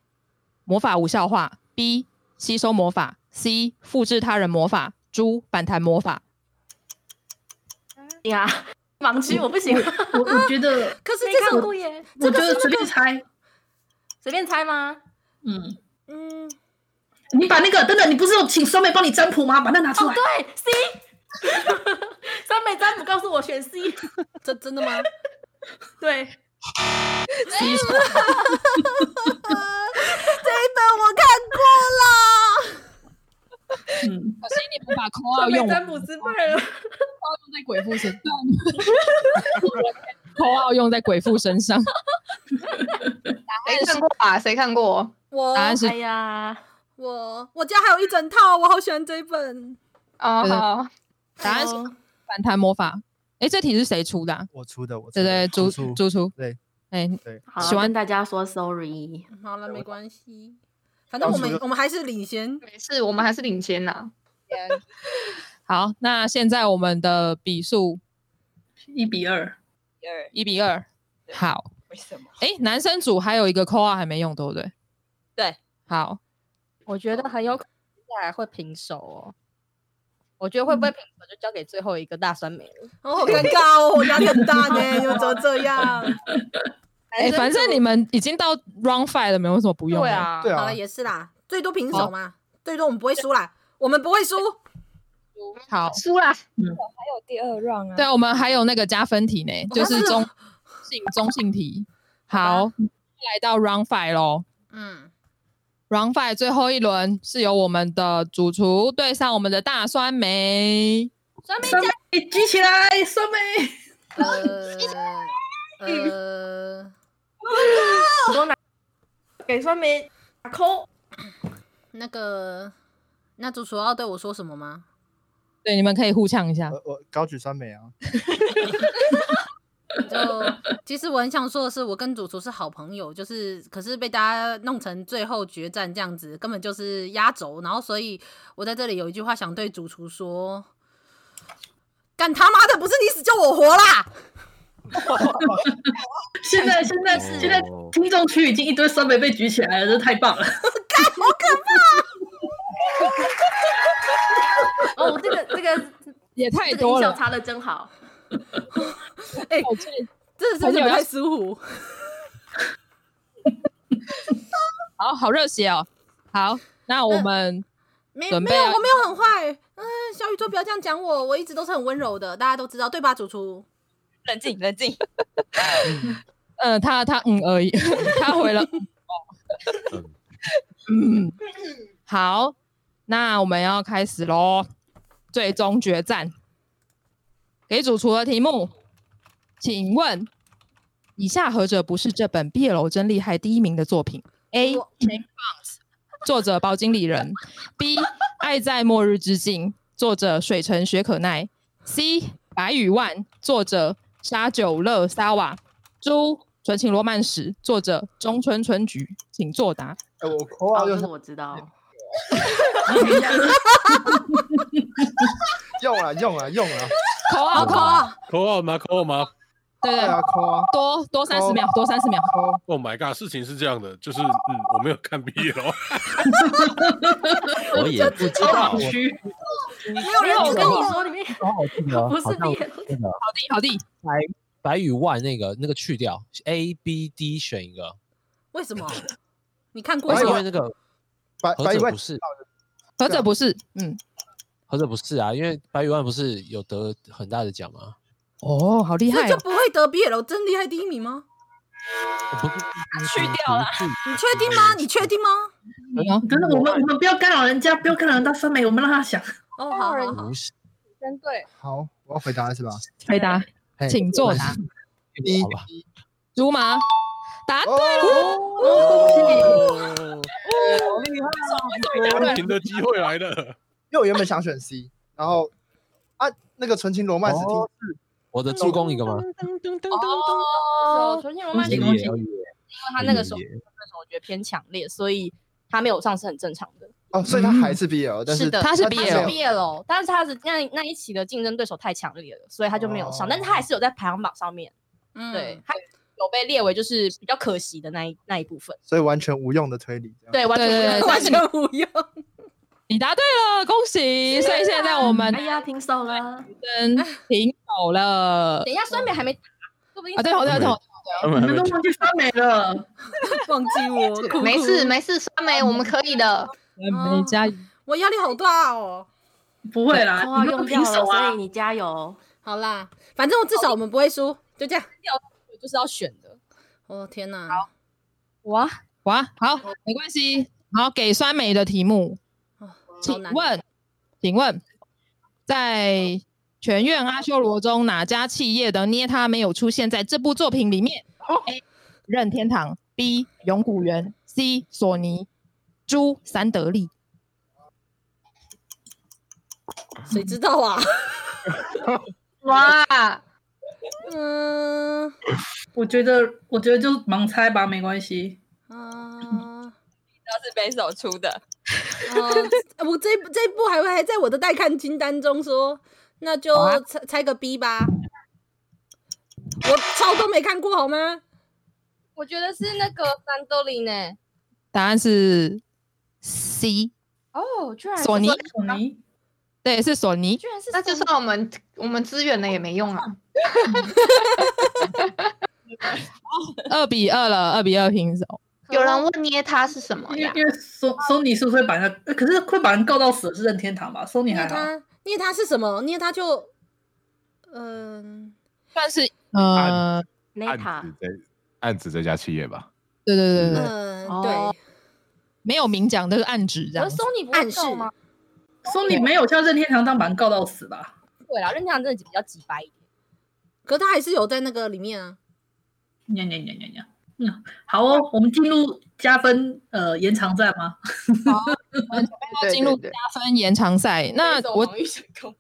魔法无效化；B. 吸收魔法；C. 复制他人魔法；D. 反弹魔法。呀，盲区我不行，我我觉 得，可是没这看首过耶，我觉得随便猜，随便猜吗？哦嗯，嗯，你把那个等等，你不是有请双妹帮你占卜吗？把那拿出哦，来，对，C，三美占卜告诉我选 C，这真的吗？ 对，吸收这一本我看过了。嗯，可惜你们把口号三用美完 占卜失败了，用在鬼父身上，口号用在鬼父身 上。谁看过啊？谁看过？我答案是哎呀，我我家还有一整套，我好喜欢这一本。哦，啊对对好，答案是反弹魔法。哎，这题是谁出的啊？我出的，我出对的对，猪出猪出。对，哎，对，好，喜欢跟大家说 sorry，好了，没关系，反正我们我们还是领先。没事，我们还是领先呐。好，那现在我们的比数一比二，第二，一比二。好，为什么？哎，男生组还有一个扣二还没用，对不对？对，好，我觉得很有可能接下来会平手哦。我觉得会不会平手就交给最后一个大酸梅了。哦，嗯好尴尬哦，我压力很 大呢，你们怎么这哦 样？哎，反正你们已经到 round five 了，没有什么不用。对，啊，对好啊了，，也是啦，最多平手嘛，最多我们不会输啦，我们不会输。好，输啦，嗯还有第二 round 啊？对啊，我们还有那个加分题呢，哦就是是中性中性题。好，来到 round five 喽。嗯， Round Five 最后一轮是由我们的主厨对上我们的大酸梅，酸梅双妹举起来，双妹，呃 呃，给酸梅打 call，那个，那主厨要对我说什么吗？对，你们可以互呛一下。我我高举酸梅啊，就其实我很想说的是，我跟主厨是好朋友，就是可是被大家弄成最后决战这样子，根本就是压轴。然后所以我在这里有一句话想对主厨说：干他妈的，不是你死就我活啦！现在现在现在哦听众区已经一堆双妹被举起来了，这太棒了，哦，这个这个也太这个音多效了，插的真好，哎、哦我最真的是有点不太舒服。好好热血哦。好，那我们呃没准没备啊有，要我没有很坏。嗯，小宇宙不要这样讲我，我一直都是很温柔的，大家都知道对吧？主厨，冷静冷静，呃，他他嗯而已， 他回了嗯嗯。好，那我们要开始喽，最终决战。给主厨的题目，请问以下何者不是这本《毕业楼真厉害》第一名的作品？A. 我 James Bond，作者包经理人；B. 爱在末日之境，作者水城雪可奈；C. 白羽万，作者沙久乐沙瓦；猪纯情罗曼史，作者中村春菊。请作答。哎，我扣哦，啊，这用个我知道，用啊用啊用啊，口号好口口号， 啊！啊扣二吗？扣二吗？啊对对，多多三十秒，多三十秒。 Oh my god！事情是这样的，就是嗯，我没有看 BL，我也不知道我没有人我跟你说里面不不是你好弟，好弟，白白与万那个那个去掉，A B D 选一个，为什么？你看过不吗是因为那个白何白与者万不是，何者不是？嗯，何者不是啊？因为白与万不是有得很大的奖吗？哦，好厉这害就！不会得 BL 真厉害第一名吗？去掉了，你确定吗？你确定吗？真的，我们我们不要干扰人家，不要干扰人家审美，我们让他想哦，好好好，不是针对好，我要回答了是吧？回答，嘿请作答。一好吧？如麻，答对哦了。哦，公 对平的机会 来了，因为我原本想选 C，然后啊，那个纯情罗曼史听哦我的助攻一个吗？哦，纯情罗恭曼喜史恭因喜为他那个时候嗯那个时候我觉得偏强烈，所以他没有上是很正常的。哦，所以他还是 BL，但是的，他是他 BL 是 BL，但是他是那那一期的竞争对手太强烈了，所以他就没有上，哦但是他还是有在排行榜上面，嗯，对，他有被列为就是比较可惜的那一那一部分。所以完全无用的推理这样。对，完全对对不一样对但完是全无用。你答对了，恭喜！所以现在我们哎呀，平手了，真平手了等一下，酸梅还没打，说不定啊！对，哦好对，好对，好他你们还们没都忘记发霉了。忘记我，哭哭没事，没事，酸梅，我们可以的。对，没哦加油。我压力好大哦。不会啦，通话你们用都掉平了，手所以啊！你加油。好啦，反正至少我们不会输，就这样。我哦就是要选的。哦天哪，哇，哇，啊好，没关系。好，给酸梅的题目，哦好请难。问，请问，在全院阿修罗中，哪家企业的捏他没有出现在这部作品里面？A. 哦任天堂 B. 永谷园 C. 索尼朱三得利。谁知 道啊？哇， 嗯我觉得，我觉得就盲猜吧，没关系。啊。都是北手出的，呃，我这一部这一部还会还在我的待看清单中说，那就啊哇猜猜个 B 吧。我超都没看过好吗？我觉得是那个三多里呢。答案是 C，哦，居然索尼，索尼，对，是索尼。居然是那就算我们我们支援了也没用啊。二比二了，二比二平手。有人问捏它是什么因为呀？因为索索尼是不是会把人家，呃可是会把人告到死的是任天堂吧？索嗯尼捏还好，它，捏它是什么？捏它就，嗯、算是呃，内塔案子这案子这家企业吧，对对对对对，嗯、哦没有明讲，都是暗指这可样是子。 Sony 不暗会示告吗？索尼没有像任天堂这样把人告到死吧？对啦，任天堂真的比较直白一点。可它还是有在那个里面啊。呀呀呀呀呀！嗯，好哦，我们进入加分呃延长战吗？要进入对对对加分延长赛， 那走我防御成 功。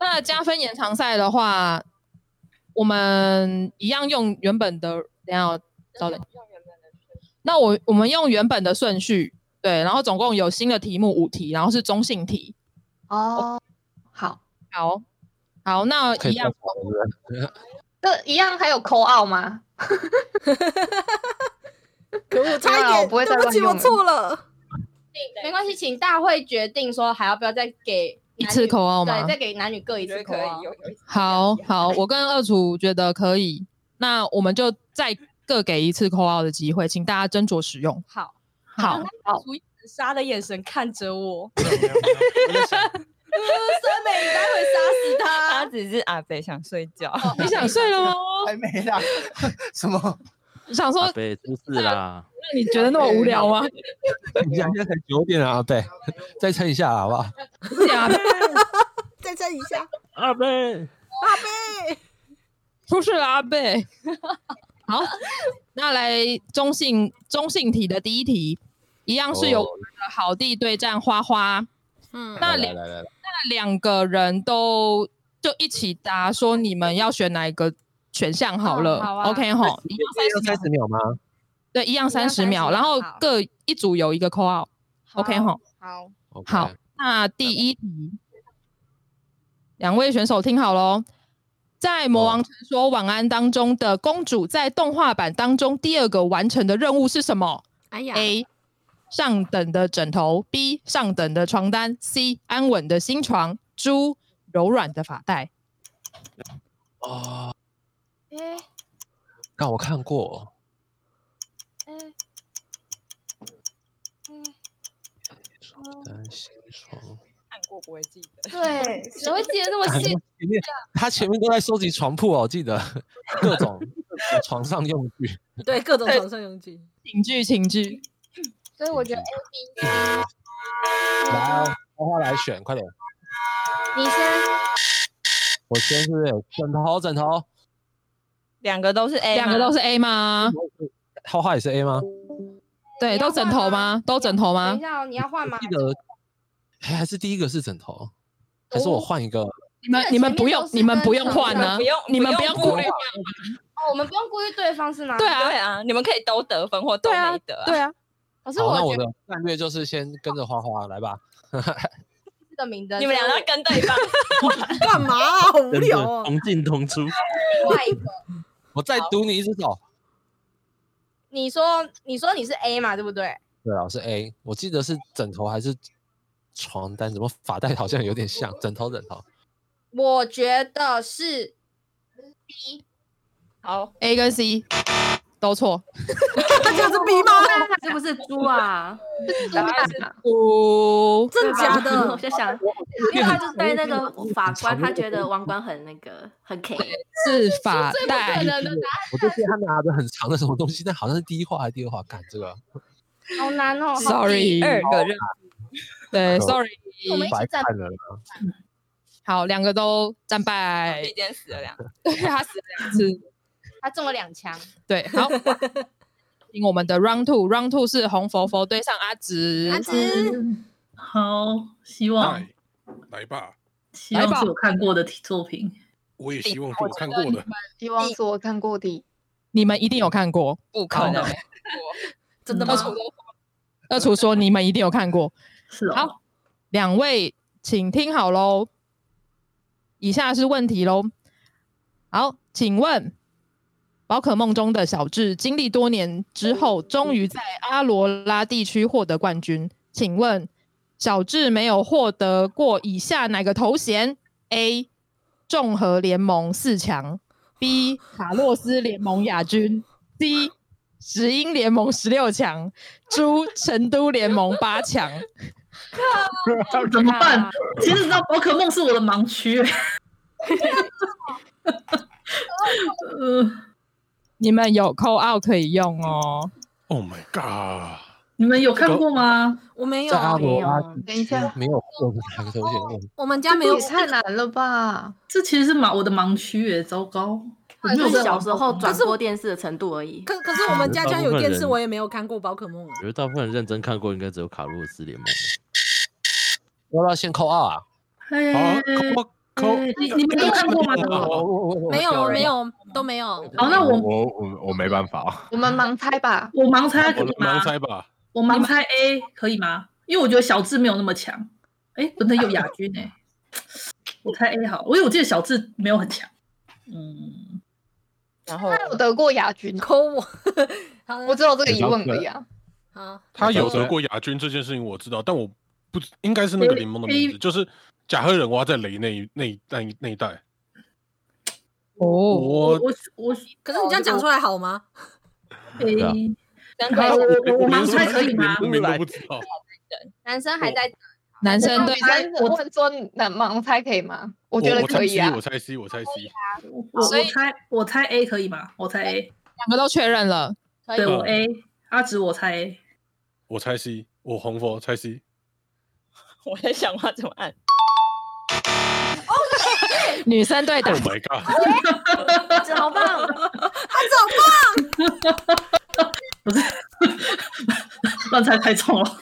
那加分延长赛的话，我们一样用原本的，等一下哦稍等。那我我们用原本的顺序，对，然后总共有新的题目五题，然后是中性题。哦，好，好，好，那可一以跳样槽了是不是这一样还有扣奥吗？可恶，差一啊没有啦我点，不会再对不起，我乱用了错了。没关系，请大会决定说还要不要再给一男次女口号吗对，？再给男女各一次口号。好好，我跟二厨觉得可以，那我们就再各给一次扣号的机会，请大家斟酌使用。好，好，好，楚一直杀的眼神看着我，我在想森美，你待会杀 死他他。只是阿北想睡觉。哦你想睡了吗？还没啦，什么？想说啊阿北出事啦！你觉得那么无聊吗？ 你现在才九点啊，对，再撑一下好不好？假的，再猜一 下，阿北，不是阿贝。 好，那来中性中性题的第一题，一样是由哦我们的好弟对战花花，嗯，来那两来来来，来那两个人都就一起答说你们要选哪一个选项好了。嗯好啊 OK 吼，一样三要十秒三，十秒吗？对，一一样样三十秒， 30然后好各一组有一个扣号。OK 吼，好， OK 好，那第一题，两位选手听好喽。在《魔王传说晚安》当中的公主在动画版当中第二个完成的任务是什么？哎呀 A 上等的枕头，B 上等的床单，C 安稳的新床，猪柔软的发带。哦，哎啊那我看过，哦嗯哎担心床。看过不会记得。对，谁会记得那么他细？啊前面他前面都在收集床铺哦，我记得各种各种床上用具。对，各种床上用具。请剧，请剧。所以我觉得 A B，来、哦，花花来选，快点！你先，我先是枕头，枕头，两个都是 A，两个都是 A 吗？花花也是 A 吗？对，你要都枕头换吗？都枕等头吗一？下哦，你 要换 吗记？得，哎，还是第一个是枕头，还是我换一个？你们你们不用，你们不用换这呢、不用，你们不不用用顾虑。哦，我们不用顾虑对方是吗？对对啊，啊，你们可以都得分或都对啊没得、， 对啊，可是好，那我我觉的得战略就是先跟着花花来吧。这个名的你们俩要跟 对方。干嘛啊、好无真聊的哦。同进同出，另外一个。 我再读你一只手。你说，你说你是 A 嘛，对不对？对啊，我是 A，我记得是枕头还是床单？怎么发带好像有点像枕头枕头？我觉哦得是 B。好， A 跟 C 都错。大家是 B 吗？是不是猪啊？答案是五真假对 吧的？我就想，因为他就是对那个法官，他觉得王冠很那个很 K，是发最不可带，能 的答我就记得他拿着很长的什么东西，但好像是第一话还是第二话，干这个案，好难 哦。好 Sorry 第二个任 对可，sorry，我们一白起站看了啦。好，两个都战败务，这，间死了两个。 对他死了两次，他中了两枪。对， 好，进我们的 round two，round two 是红佛佛对上阿直，阿芝，嗯好，希望来来吧，希望来吧是我看过的题作品。我也希望是我看过的。希望是我看过的。你们一定有看过，不可能好，真的吗二？厨都二厨说你们一定有看 过，是哦，好，两位请听好喽，以下是问题喽。好，请问宝可梦中的小智经历多年之后，终于在阿罗拉地区获得冠军，请问小智没有获得过以下哪个头衔？A. 众和联盟四强，B. 卡洛斯联盟亚军，C. 石英联盟十六强，猪成都联盟八强。 怎么办？其实知道宝可梦是我的盲区。呃， 你们有扣 out 可以用哦。 Oh my god！你们有看过吗？我没有啊在，阿没罗阿有等一下，没有获得哪个头衔问题，我们家没有也。太难了吧？ 这其实是盲我的盲区诶，糟糕！我没就有是在小时候玩转播电视的程度而已。可可是我们家居然有电视，嗯我也没有看过宝可梦啊。有一大部分人认真看过，应该只有卡洛斯联盟吧。要不要先扣二啊？哎好，扣扣你你们有看 过吗？没啊有，没。有，都没有。好，那我我我我没办法，啊我们盲猜吧。我盲猜可我以吗盲？猜吧，我盲猜 A 可以吗？因为我觉得小智没有那么强。哎，不能有亚军哎，我猜 A 好，因为我记得小智没有很强。嗯，然后他有得过亚军，抠我。好的， 我 只有这个疑问而已啊。好，他有我 得过亚军这件事情我知道，但我不知应该是那个联盟的名字， A- 就是甲黑人蛙在雷那一那一那一那一代。哦，我我我我可是你这样讲出来好吗？对哎啊 A，难好，怪我我我连盲什猜么可以吗？联名都不知道，男生还在，男生对女生我问说男盲猜可以吗？我觉得我可以啊我。猜 C，我猜 C，我我猜 C。我所以我猜我猜 A 可以吗？我猜 A，两个都确认了，可以对我嗯 A，阿紫我猜 A，我猜 C，我红佛猜 C。 我在想我要怎么按。 女生对打 Oh。my god！这好棒！ 不是乱猜太重了。好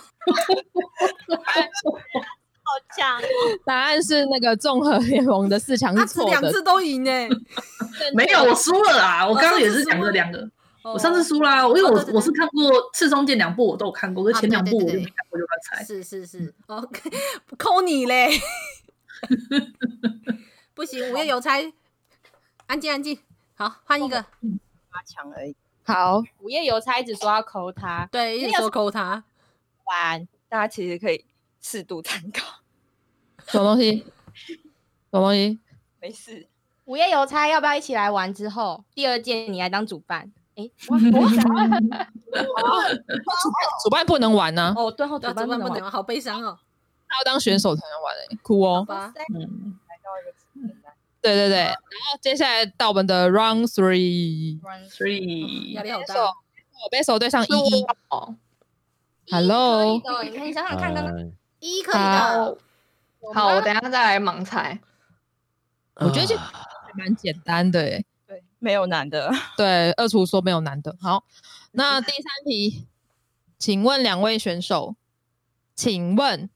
强！ 答案是那个综合联盟的四强阿是紫错啊两的，次都赢哎。 没有，我输了啦！我刚刚也是讲了两个，我上次输啦。我因为哦我对对对我是看过《赤松剑》两部，我都有看过，可是啊前两对部我对就对没看过，就乱猜。嗯是是是，OK，抠你嘞！不行，午夜邮差安静安静，好，换一个。哦嗯八强而已。好，午夜邮差一直说要抠他，对，一直说抠他。玩，大家其实可以适度参考，什么东西？什么东西？没事。 午夜邮差要不要一起来玩？之后第二届你来当主办。哎， 我我想要 主办不能玩呢、哦，对哦，对啊，主办不能，好悲伤哦。他要当选手才能玩哎、哭哦。吧，嗯，对对对，然后接下来到我们的 Round Three， three，压力好大。我 b a s e 对上一一哦， ，Hello，可以的，你想想看，刚刚哎一可以的，啊好，我等一下再来盲猜。我觉得这啊还蛮简单的哎。对，没有难的。对，二厨说没有难的。好，那第三题，请问两位选手，请问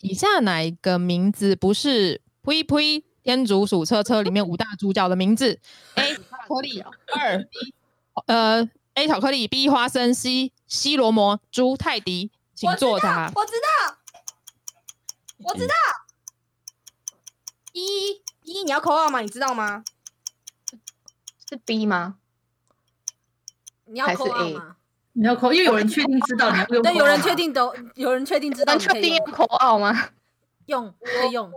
以下哪一个名字不是“呸呸天竺鼠车车”里面五大主角的名字哎？A. 巧克力，二 B，呃，A 巧克力，B 花生，C 西罗摩，猪泰迪，请作答。我知道，我知道。嗯一一，你要扣二吗？你知道吗？是 B 吗？你要还是扣啊二 A？吗？你要扣，因为有人确定知道你要用。对，有人确。定都，有人确定知道能你可确以定用要扣二吗？用，可以用。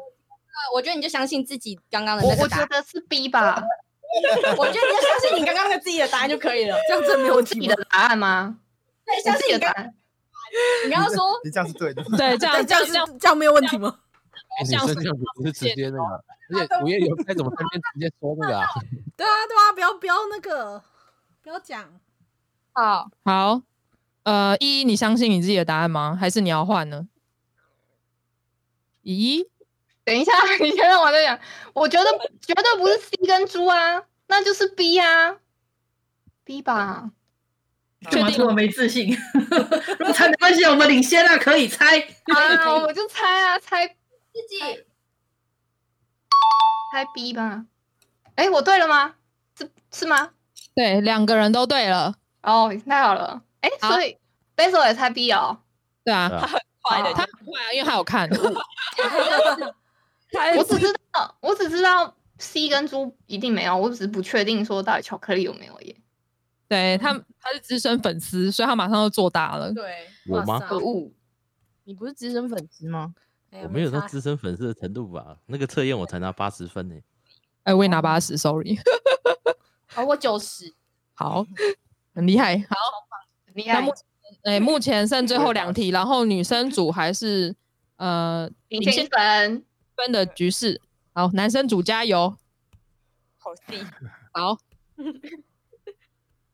我觉得你就相信自己刚刚的我那我个觉答，得是 B 吧， 我觉得你就相信你刚刚那个自己的答案就可以了。这样真没有 自题己吗的？答案吗？对，我相自信己的你答刚案。你刚刚说你这样是对的。 对，这样对，这样这样是这样没有问题吗？哎你像升是降不是直接那个，而且午夜邮差怎么在那边直接说那个啊？对啊，对啊，不要不要那个，不要讲。好，好。呃，依依，你相信你自己的答案吗？还是你要换呢？咦，等一下， 你先让我再讲。我觉得绝对不是 C 跟猪啊，那就是 B 啊，B 吧。确干嘛定对我没自信？ 如果猜没关系，我们领先了，可以猜。啊，我就猜啊，猜自己，猜 B 吧。哎，我对了吗？是是吗？对，两个人都对了。哦，太好了。哎，好所以 Basil 也猜 B 哦。对啊，对啊快的哦他很快啊，因为他有看。 我只知道，我只知道 C 跟猪一定没有，我只是不确定说到底巧克力有没有耶。对他，他是资深粉丝，所以他马上就作答了。对，我吗？可恶，你不是资深粉丝吗？哎呀我没有到差资深粉丝的程度吧？那个测验我才拿八十分呢、哎、我也拿八十，sorry。 哦，我九十，好，很厉害。好，很厉那害目，哎、目前剩最后两题，然后女生组还是呃领先一分。分的局势。好，男生组加油。好 细。好，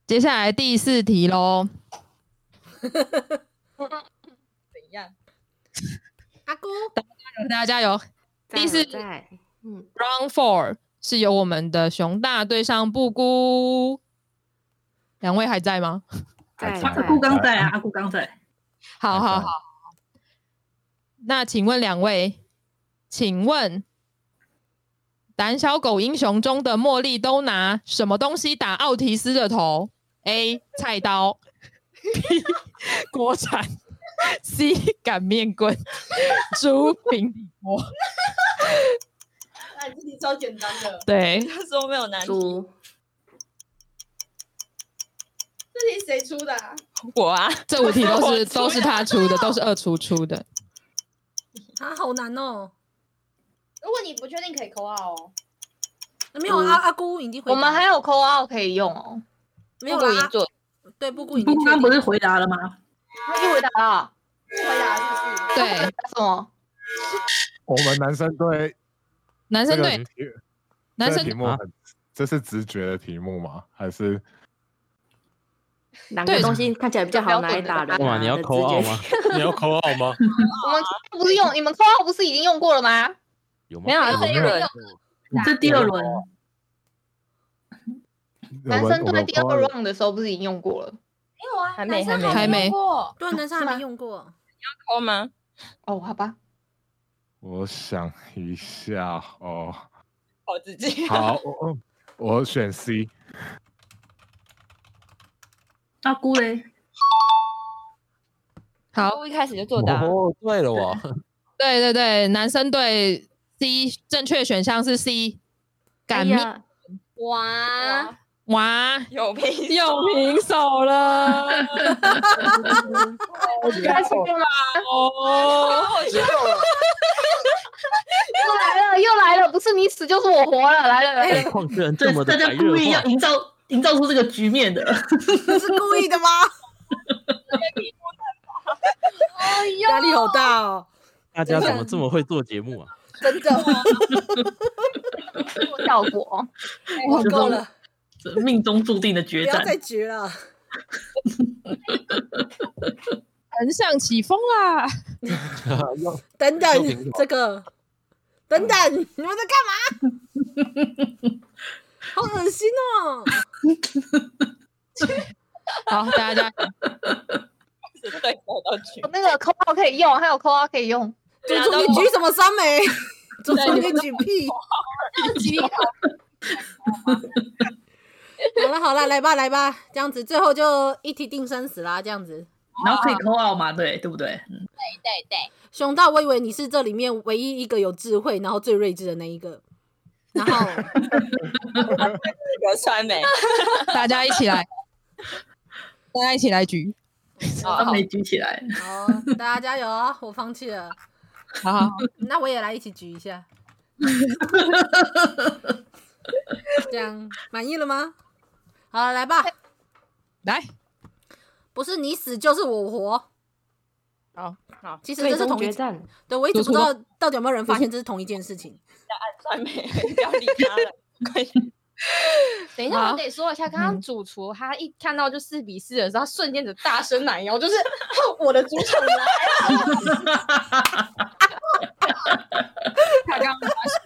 接下来第四题 喽。怎样？阿姑，大家加油！在第四我在，嗯， Round Four 是由我们的熊大对上布谷，两位还在吗？在阿在姑刚在啊，阿姑刚在。好还好在好。那请问两位，请问《胆小狗英雄》中的茉莉都拿什么东西打奥提斯的头？A. 菜刀，B. 锅铲，C. 擀面棍，猪平底锅。那你超简单的，对，他说没有难度，猪这题谁出的啊？我啊，这五题 都是都是他出的，都是二厨出的。啊，好难哦。如果你不确定，可以扣二哦。没有啊阿阿姑已经回答我了，们还有扣二可以用哦。没有不如啦赢做啊对，布谷不已经过确刚定不是回答了吗？他就回答啊了，回答是不是？对，答什么？我们男生对 男这生个对题男这个生题目啊很，这是直觉的题目吗？还是哪个对东西看起来比较好拿来打人、啊？干嘛你要的扣直觉二 吗？你要扣二吗？我 们不是用你们扣二不是已经用过了吗？有吗？没有啊有这没一有轮这啊第二轮，男生我对们第二我们 round 的时候不是已经用过了？没有啊，还没男生还没用过对，啊男生还没用过。扣吗？哦，好吧，我想一下哦，靠自己。好，我我我选 C，阿姑嘞，好，我一开始就作啊答， 哦，对了我，对对对，男生对 C 正确选项是 C，擀哎面、呀，哇，哇，有平有平手了， 我开心了哦！ 又来了又来了，不是你死就是我活了，来了来了。况居然这这么大的家白热故意化要，营造营造出这个局面的，是故意的吗？哎呦，压力好大哦，大家怎么这么会做节目啊？真的，做效果，我够了，这命中注定的不决要战。再局了。 横向起风啦！又等平手等，这个，等等，嗯你们在干嘛？好恶心 哦！好，大家对手到局有，那个扣号可以用，还有扣号可以用。主厨，你举什么酸梅？主厨，你举屁！啊 好了好了，来吧来吧，这样子最后就一题定生死啦，这样子。然后可以扣二嘛，对对不对？嗯对对，熊大，我以为你是这里面唯一一个有智慧，然后最睿智的那一个。然后那个酸梅，大家一起来，大家一起来举，好都没举起来，好，大家加油啊！我放弃了，好好好， 那我也来一起举一 下。这样满意了吗？好了，来吧，哎来，不是你死就是我活。好，好，其实最这是终同一决，战，对我一直主不知厨道到底有没有人发现这是同一件事情。酸梅，不要理他了。快点等一下，好我得说一下，刚刚主厨他一看到就四比四的时候，他瞬间的大声奶腰，就是 我的主场来了。他刚刚 发现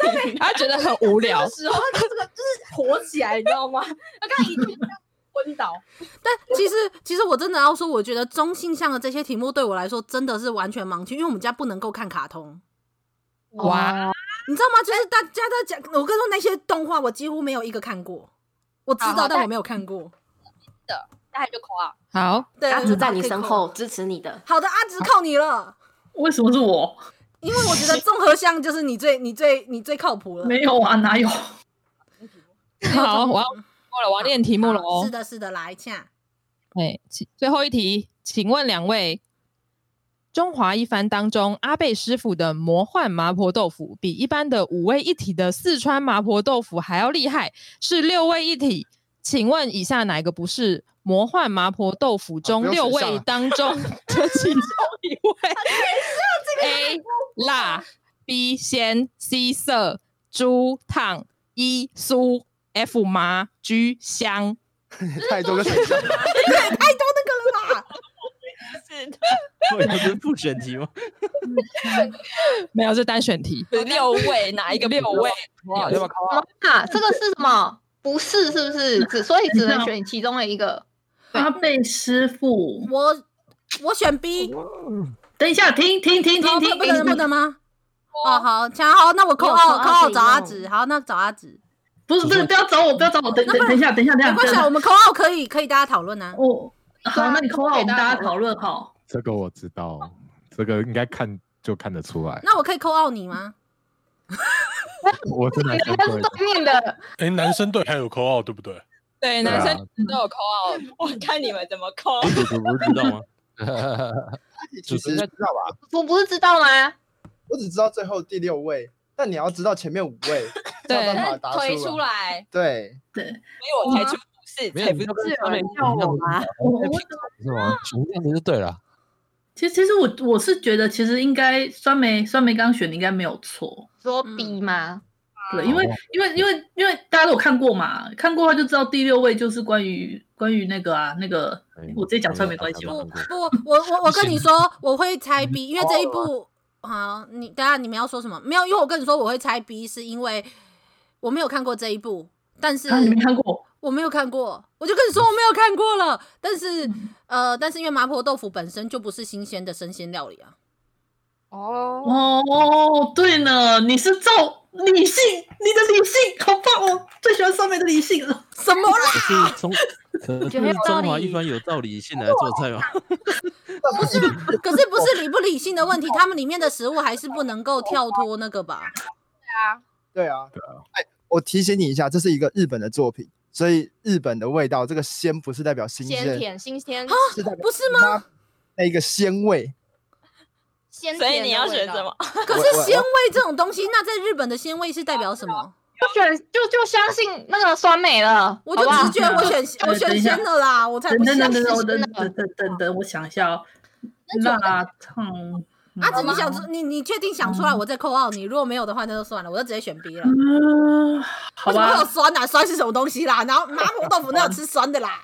他，他觉得很无聊那，时候这个就是火起来，你知道吗？ 他刚刚一定昏倒，但其实，其实我真的要说，我觉得中性向的这些题目对我来说真的是完全盲区，因为我们家不能够看卡通，哇，你知道吗？就是大家在讲，我跟你说那些动画，我几乎没有一个看过，我知好道，好但但我没有看过。大家就扣啊，好，对，阿紫在你可以身扣。后支持你的，好的，阿紫靠你了，为什么是 我？因为我觉得综合项就是你最、你最、你最靠谱了。没有啊，哪有？好，我要过了，我要念题目了好是哦。的，是的，来恰。哎，请最后一题，请问两位，中华一番当中，阿贝师傅的魔幻麻婆豆腐比一般的五味一体的四川麻婆豆腐还要厉害，是六味一体。请问以下哪个不是魔幻麻婆豆腐中啊不用六选项味了当中 的其中一味？A 辣，B 鲜，C 涩，猪烫，E 酥，F 麻，G 香。 太多个选项了， 太多那个了吧？是 的， 我要啊是不选题吗？ 没有，是单选题。六位哪一个六位？哇，要不要考啊？啊，这个是什么？不是，是不是？只所以只能选其中的一个。阿贝师傅，我我选 B，哦等一下，停停停停不停不能不停！能吗？哦，好，恰好，那我扣没有二，扣二扣二可以找阿用紫，好，那找阿紫，不是不是，不要找我，不要找我，等等等一下，等一下，等没一关系下啊，，我们扣二可以可以大家讨论啊。哦，对好，啊那你扣二，我们大家讨论哈。这个我知道，这个应该看就看得出来。 那我可以扣二你吗？我真的那 想个对是，对面的，哎，男生队还有扣号对不对？对，对男啊生女生都有 call out，我看你们怎么 扣。主厨不是知道啊 吗？其实知道 吧？我不是知道吗？我只知道最后第六位，但你要知道前面五 位，才有办法答推出出来。来，对，所以我才出不是，没才有，不你是就跟是有上面人一叫样我吗？我我是吗？熊这样子就对了。其实其实我我是觉得，其实应该酸梅酸梅刚选的应该没有错，说嗯 B 吗？对，因为哦因为因为因为大家都有看过嘛，看过的话就知道第六位就是关于关于那个啊那个哎，我直接讲出来没关系没有吗？看过不，我我我跟你说，我会猜嗯 B，因为这一部哦好，你等下你们要说什么？没有，因为我跟你说我会猜 B，是因为我没有看过这一部，但是啊，你没看过？我没有看过，我就跟你嗯说我没有看过了。但是嗯呃，但是因为麻婆豆腐本身就不是新鲜的生鲜料理啊，哦，哦，对呢，你是照理性，你的理性好棒哦，最喜欢酸梅的理性了。什么啦？可是中，可是觉得很有道中华理一番有道理，现在来做菜吗？不是啊，可是不是理不理性的问题，他们里面的食物还是不能够跳脱那个吧？对啊，哎，我提醒你一下，这是一个日本的作品，所以日本的味道，这个鲜不是代表新鲜鲜，甜新鲜啊，不是吗？那一个鲜味。鲜所以甜你的要味选道什么？ 可是鲜味这种东西，那在日本的鲜味是代表什么？就选就就相信那个酸梅了，我就好不好直觉我选 呃我等选一下鲜的啦，我才等不等相等信等等真等的等等等等，我想一下哦，辣烫阿紫，你啊想出你你确定想出来，我再扣二。你如果没有的话，那就算了，我就直接选 B 了。嗯，好为什么会有吧，酸啊？酸是什么东西啦？然后麻婆豆腐那有吃酸 的啦，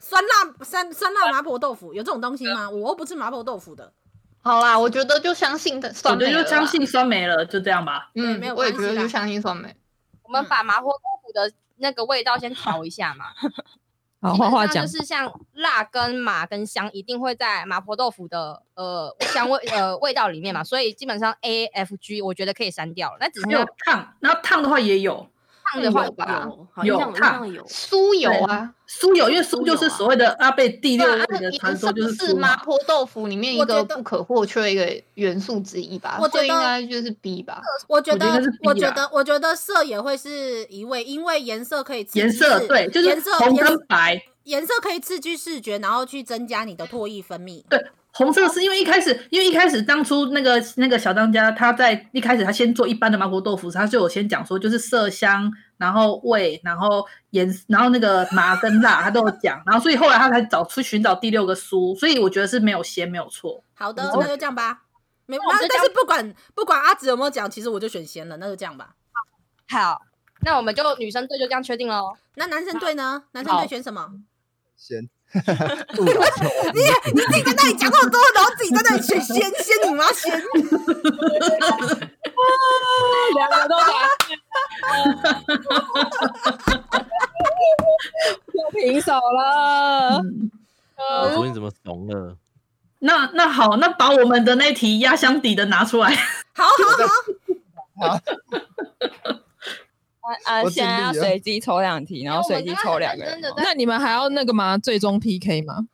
酸辣酸酸辣麻婆豆腐有这种东西吗？我又不吃麻婆豆腐的，好啦，我觉得就相信的我酸梅觉了啦，得就相信酸梅了，就这样吧。嗯，没有我也关觉系得啦就相信酸梅。我们把麻婆豆腐的那个味道先调一下嘛。好，基本画画上讲就，是像辣跟麻跟香一定会在麻婆豆腐的呃香味呃味道里面嘛，所以基本上 A F G 我觉得可以删掉了。那只是没有烫，然后烫的话也有哦烫的话有吧有，好像我印烫象有，酥油啊，酥油，因为酥就是所谓的阿贝第六对位啊，它的的传颜说，色就是是酥嘛麻。婆豆腐里面一我觉个得不可或缺的一个元素之一吧，我觉所以应得该就是 B 吧。我觉我觉得得是 B 我觉啦得我觉得色也会是一味，因为颜色可以刺激颜色视对，就是颜色红颜跟白，颜色可以刺激视觉，然后去增加你的唾液分泌。对，红色是因为一开始，因为一开始当初那个那个小当家，他在一开始他先做一般的麻婆豆腐，他就有先讲说，就是色香，然后味，然后颜，然后那个麻跟辣，他都有讲，然后所以后来他才找出寻找第六个酥，所以我觉得是没有鲜没有错，好的，嗯那就这样吧。没，我们那就但这是不管不管阿紫有没有讲，其实我就选咸了，那就这样吧。好，那我们就女生队就这样确定喽。那男生队呢？男生队选什么？鲜， 你自己在那哎里讲那么多，然后自己在那里选 鲜鲜你妈鲜， 两个都答对， 又平手了。我昨天怎么怂了？那那好，那把我们的那题压箱底的拿出来，好好好，啊啊！我现在要尽力了随机抽两题，然后随机抽两个人因为哦吗。我们刚刚很认真地在那你们还要那个吗？最终 PK 吗？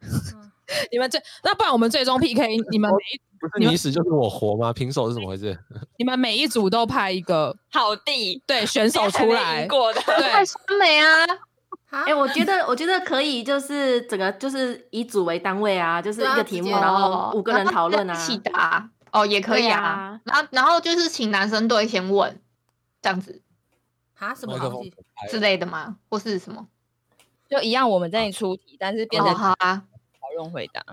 嗯 你们最那不然我们最终 PK，你们每一不是你死就是我活吗？平手是怎么回事？你们每一组都派一个 好地对选手出来，过的，对太酸梅 啊，好哎、，我觉 得我觉得可以，就是整个就是以组为单位啊，就是对啊一个题目，直接然后五个人讨论啊哦然。 后一起答哦，也可以啊。然后然后就是请男生队先问这样子啊什么麦克东风西？哎之类的吗？或是什么？就一样，我们这里出题，但是变哦，成好啊，讨论回答。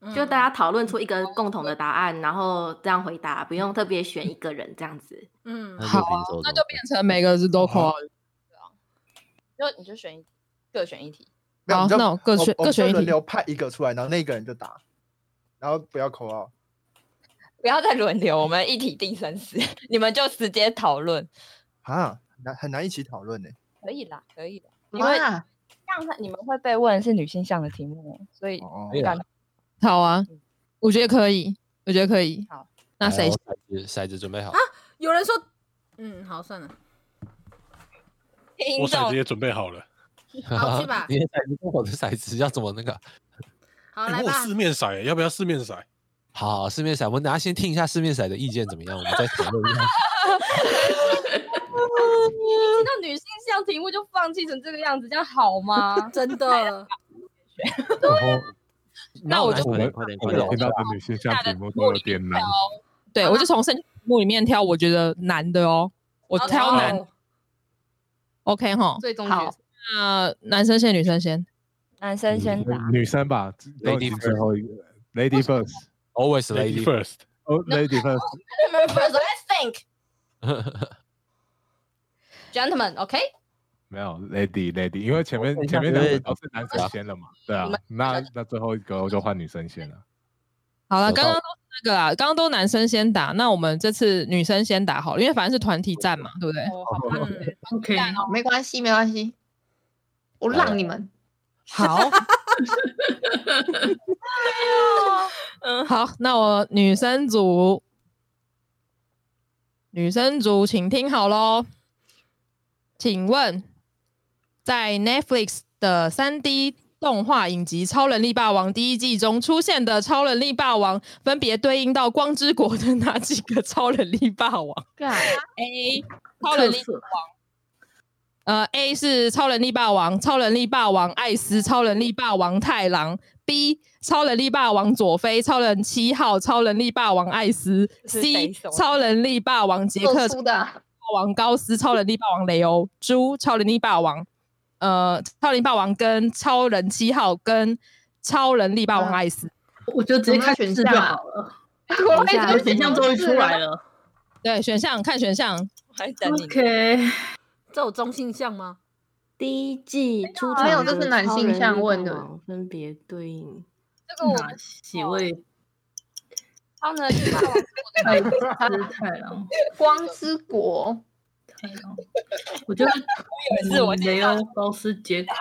嗯就大家讨论出一个共同的答案，然后这样回答，不用特别选一个人这样子。嗯那，就好啊平手怎那么就变成每个人都啊啊扣。就你就选一各选一题，没有好你就那我各选我各选一我们就轮题流派一个出来，然后那个人就打，然后不要口号。不要再轮流，我们一题定生死， 你们就直接讨论，啊，难很难一起讨论呢。可以啦，可以的。因为哇，这样你们会被问是女性向的题目，所以哦可，以啦感好啊，我觉得可以，我觉得可以。好，那谁来哎我骰子骰子准备好？有人说，嗯，好算了，听我骰众子也准备好了， 好 去吧你的骰子跟我的骰子要怎么那个？ 哎好欸来我有吧？四，面骰，要不要四面骰？好，四面骰，我们等下先听一下四面骰的意见怎么样，我们再讨论一下。听到女性向题目就放弃成这个样子，这样好吗真的，然后那我就我快们点快点我快点！们听到的女性向题目都有点难，对我就从生目里面挑我觉得难的哦，我好挑难难。哦 OK 哈，最终好决那男生先，女生先。男生先答，女生吧，Lady Lady 最后一个，Lady first， always Lady lady， first，哦，Lady first， first I think gentlemen，OK？没有 Lady Lady，因为前面我等一下前面两因个为都是男生先了嘛，对啊我们，那那最后一个就换女生先了。好了，有道刚刚都是那个啦，刚刚都男生先打，那我们这次女生先打好了，因为反正是团体战嘛，对不对？哦，好吧，嗯， ，OK，好没关系，没关系，我让你们。好，嗯，好，那我女生组，女生组，请听好喽。请问，在 Netflix 的三 D 动画影集《超能力霸王》第一季中出现的超能力霸王，啊分别对应到光之国的哪几个超能力霸王干？A. 超能力霸王。呃，A 是超能力霸王，超能力霸王艾斯，超能力霸王太郎；B 超能力霸王佐菲，超人七号，超能力霸王艾斯；C 啊超能力霸王杰克，做出的啊霸王高斯，超能力霸王雷欧，猪超能力霸王，呃，超能力霸王跟超人七号跟超能力霸嗯王艾斯，我就直接看选字啊就好 了。啊我看看选项终于出来了。对，选项看选项，还等你 OK，这有中性向吗？第一季出哪啊有场这的是男超性人向力问霸的王分别对应这个我哪几位？超能力霸王 太太郎，光之国， 我觉得以为是我雷欧、高斯、杰克、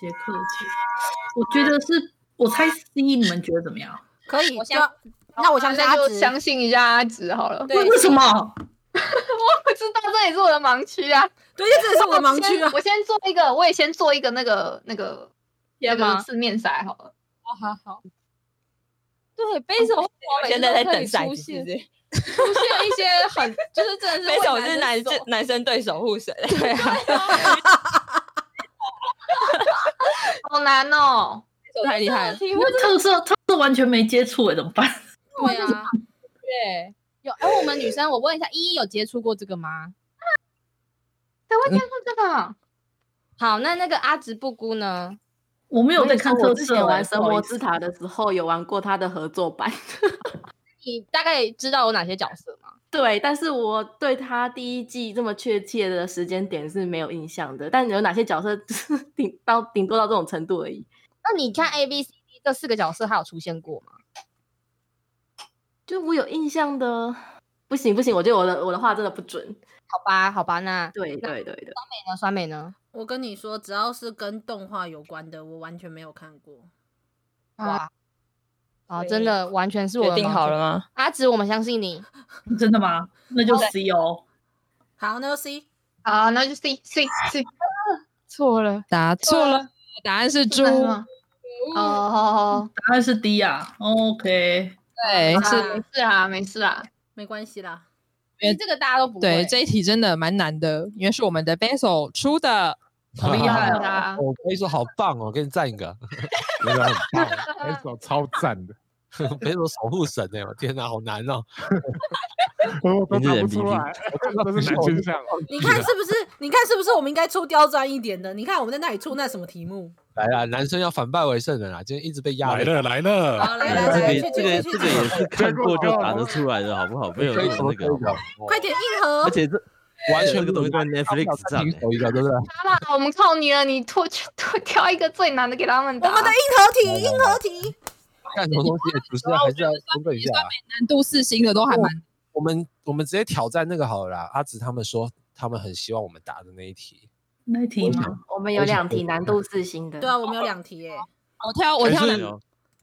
杰克、杰克，我觉得是，我猜 C，你们觉得怎么样？ 可以，我就相那我相信阿那就紫相信一下阿紫好了。对 为为什 么？我不知道，这也是我的盲区啊。 对，这也是我的盲区啊我先我先做一个，我也先做一个那个那个那天个吗四面骰好了。好好好。 对，背手我现现在在等出骰子，是现不 是？出现一些很就是真的是没手为是男生生男生对守护神，对啊，好难哦。手太厉害了，因为特色特色完全没接触哎，怎么办？对啊，对。有哎，我们女生，我问一下，依依有接触过这个吗？谁会接触这啊个？好，那那个阿直布姑呢？我没有在看特啊我之色前哎，玩《不神好意魔思之塔》的时候有玩过它的合作版， 你大概知道有哪些角色吗？对，但是我对它第一季这么确切的时间点是没有印象的。但有哪些角色 就是顶到顶多到这种程度而已。那你看 A、B、C、D 这四个角色，还有出现过吗？就我有印象的，不行不行，我觉得我的我的话真的不准。好吧，好吧，那对那对对对，美呢？酸美呢？我跟你说，只要是跟动画有关的，我完全没有看过。哇，啊，对真的完全是我决的定盲好区了吗？阿直，我们相信你。真的吗？那就 C 哦。好，那就 C。啊好，那就 C C C。错了，答错了，答案是猪。吗？哦，答案是 D 啊。OK，对，是是，没事啊，没事啊。没关系啦。因为这个大家都不会。对，这一题真的蛮难的，因为是我们的 Basil 出的。 好厉害是哦。啊，我可以说好棒哦，给你赞一个， 真的很哦 棒，那首哎超赞的，别说守护神哎，我天哪，好难哦！ 名字 MVP 我都答不出来，都是男性向。你看是不是？你看是不是？我们应该出刁钻一点的。你看我们在那里出那什么题目？来啦，男生要反败为胜的啦，今天一直被压来了来了，好，来来这来，个去这去个这去去个也去，是看过就答得出来的，好不好？没有那么那个，好不好？快点硬核而！且这完全这个东西在 Netflix 上平欸，手一个，对不对？好啦，我们靠你了，你脱脱挑一个最难的给他们我答。们的硬核题，硬核题。干什么东西？主持人还是要公正一下啊。难度四星的都还蛮我们我们直接挑战那个好了啦。阿紫他们说他们很希望我们答的那一题，那一题吗？我们有我想两题说难度四星的。对啊，我们有两题耶。我哦挑哎我还挑是难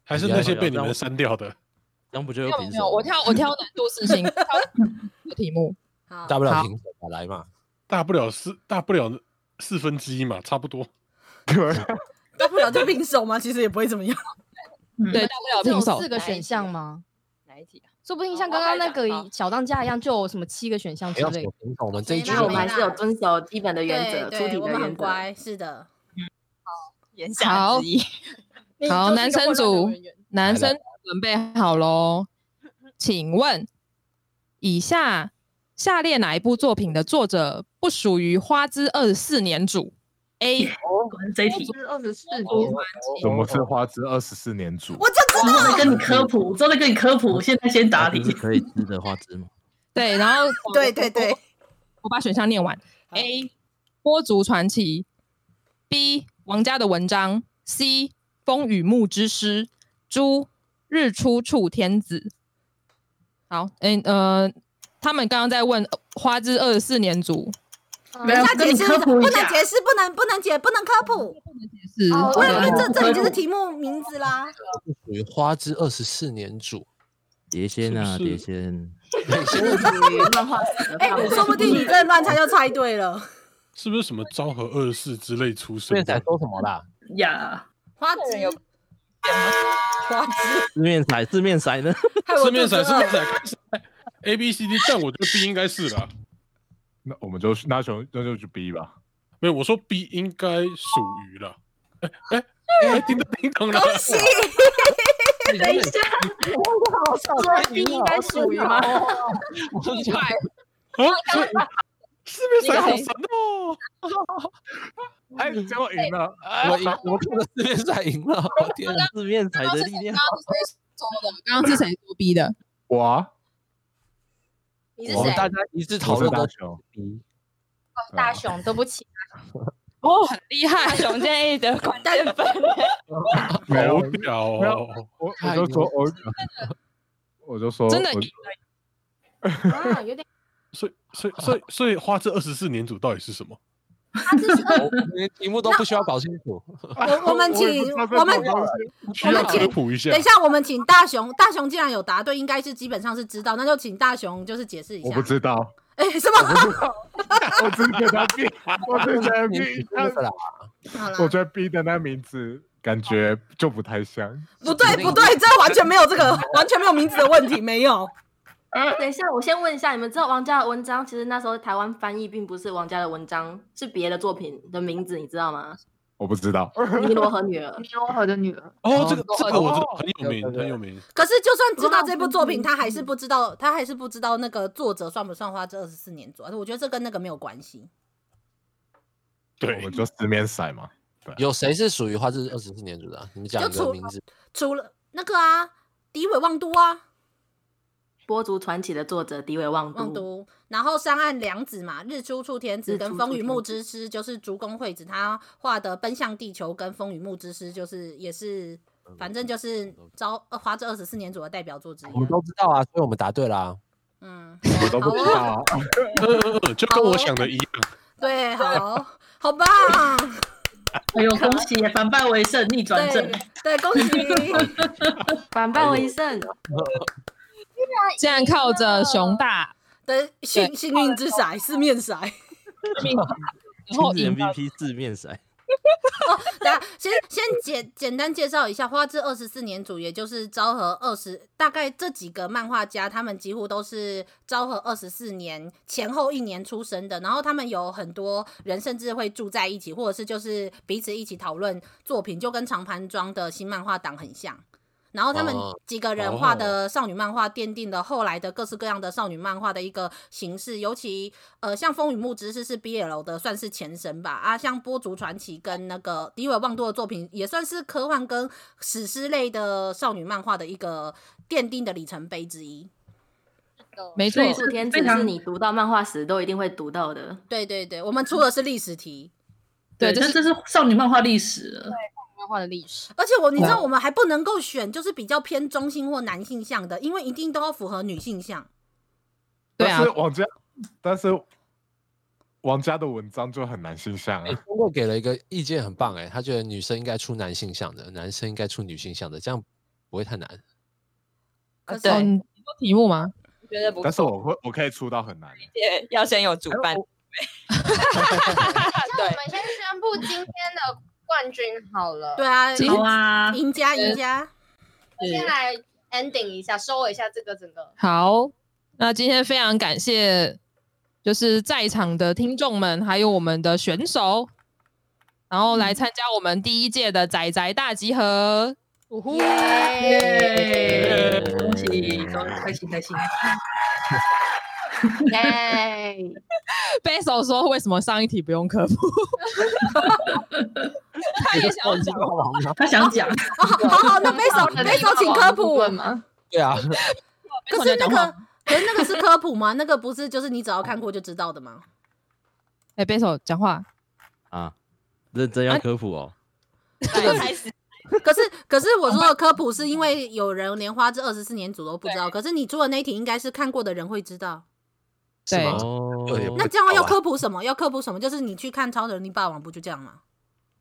还是那些被你 们删掉的。那不就没又有平手没有，了？我挑我挑难度四星挑的题目。好，大不了好停手嘛，来嘛。大不了四，大不了四分之一嘛，差不多。啊大不了就平手嘛，其实也不会怎么样。嗯对，，大不这了有平手四。个选项吗？哪一题啊？说不定哦像我刚刚还那想个好小当家一样，就有什么七个选项不之要类什的么。平手，我们这一没局啦那我们还没是有遵守基本的对原则，出对，题我们的很原则。乖，是的。嗯言好下 之意。你好就是一个男生混乱的组文员男生准备好喽？请问，以下下列哪一部作品的作者不属于花之二十四年组？A 果然是这一题，是二十四哦怎么是花之二十四年组？我就我知道在跟你科普，我正在跟你科普，现在先打这你是。可以吃的花枝吗？ 对，然后 对对对我，我把选项念完。好 A 波族传奇，B 王家的文章，C 风雨木之诗，猪日出处天子。好，嗯呃，他们刚刚在问呃花之二十四年组没有要跟解你释，科普一不能下，解释，不能不能解，不能科普。是哦不对然因为这这已经科是普题目名字啦。是属于花之二十四年组。碟仙啊，是不是碟仙，漫画史的 哎范围，说不定你这乱猜就猜对了。 是不是什么昭和二世之类出这身边才的？说什么啦？呀，花个枝人有，花枝， 四面骰，四面骰 呢？害我四面肚子骰，四面饿了骰，A B C D，但我觉得 B 应该是啦。那我们就那就那就去 B 吧。没有，我说 B 应该属于了。哎哎哎，叮咚叮咚了！恭喜！等一下，好少说你应该属于吗？我很快，啊，所以是不是神好神啊 哦？哎，结果赢了，我赢，我看到四面赛赢了，我天啊，字面才刚刚的是力谁量刚。刚是谁说的？刚刚是谁说 B 的？我啊你是我谁们？大家一致讨我是论大都雄， B，哦大雄，对不起，啊 哦，很厉大害，雄建议的关键分。 没有好屌没哦有！我我就说我我就说真的我赢了啊，有点，所以所以所以所以花这二十四年组到底是什么？他是说我们哦连题目都不需要搞清楚。 我我们请也不知道这我们种东西需要们请科普一下等一。下，我们请大雄，大雄既然有答对，应该是基本上是知道，那就请大雄就是解释一我下不。知道，哎、什么？我只是给他 B，我只是觉得 B，那个啦，好啦我觉得 B 的那名字感觉就不太像。不对不对，这完全没有这个，完全没有名字的问题，没有。等一下，我先问一下，你们知道王家的文章，其实那时候台湾翻译并不是王家的文章，是别的作品的名字，你知道吗？我不知道， 《尼罗河女儿》。尼罗河的女儿，哦，这个哦这个我知道，很对有名，对对很有名。可是就算知道这部作品，他还是不知道，他还是不知道那个作者算不算花这二十四年做。我觉得这跟那个没有关系。对我，们就四面骰嘛。有谁是属于花之二十四年组的啊？你们讲一就个除名字。除了那个啊，诋毁望都啊，波族传奇的作者迪维旺望都，都，然后山岸良子嘛，日出处天子嗯日跟出风处雨天木之诗，就是竹宫惠子她画的《奔向地球》跟风雨木之诗，就是也是，反正就是招呃花这二十四年组的代表作之我一们啊。都知道啊，所以我们答对啦。嗯，我都不知道啊，哦 呃 就跟我想的一样。对，好，好棒，哎呦，恭喜，反败为胜，逆转对胜。对，恭喜。反败为胜。竟然靠着熊大的幸幸运之骰是面骰。 命，然哦后亲赢子到 MVP 字面赛，等下先先简简单介绍一下，花之二十四年组，也就是昭和二十，大概这几个漫画家，他们几乎都是昭和二十四年前后一年出生的。然后他们有很多人甚至会住在一起，或者是就是彼此一起讨论作品，就跟长盘庄的新漫画党很像。然后他们哦几个人画的少女漫画，奠定了后来的各式各样的少女漫画的一个形式。尤其呃，像《风雨木之诗》是 BL 的，算是前身吧。啊，像《波竹传奇》跟那个《迪尾望多》的作品，也算是科幻跟史诗类的少女漫画的一个奠定的里程碑之一。没错所，以楚天子非常是你读到漫画时都一定会读到的。对对对，我们出的是历史题，对，这但是这是少女漫画历史了。漫画的历史。而且我你知道我们还不能够选就是比较偏中性或男性向的，因为一定都要符合女性向。对啊但是王家，但是 王家的文章就很难形象哎啊。，通过给了一个意见，很棒哎，他觉得女生应该出男性向的，男生应该出女性向的，这样不会太难。可是对哦你说题目吗？觉得不但是我会我可以出到很难。对，要先有主哎办。那我对，们先宣布今天的冠军好了。对，啊，其实好啊，赢家赢家。先来 ending 一下，收尾一下这个整 个。好，那今天非常感谢，就是在场的听众们，还有我们的选手，然后来参加我们第一届的仔仔大集合。呜呼！耶！恭喜，开心开 心。耶！ 贝手说为什么上一题不用科普？ 他也想要讲， 他想讲，哦，啊好好，那贝手贝手请科普。吗？对啊，可是那个，可是那个是科普吗？那个不是，就是你只要看过就知道的吗？哎，贝手讲话，啊，认真要科普哦。来开始， 可是，可是我说的科普是因为有人连花这二十四年组都不知道，可是你出的那一题应该是看过的人会知道。是对吗？哦，对也不那这样要科普什么？要科普什么？就是你去看《超能力霸王》，不就这样吗？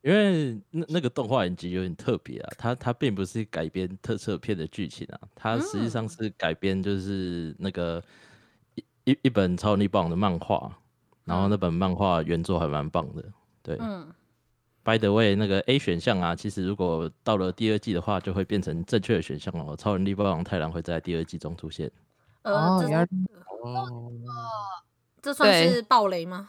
因为那那个动画影集有点特别啊，它它并不是改编特摄片的剧情啊，它实际嗯上是改编就是那个一一一本超能力棒的漫画，然后那本漫画原作还蛮棒的。对、嗯， b y the way，那个 A 选项啊，其实如果到了第二季的话，就会变成正确的选项哦。超 哦能力霸王太郎会在第二季中出现。嗯呃，这原来是如哦，这算对是暴 雷吗？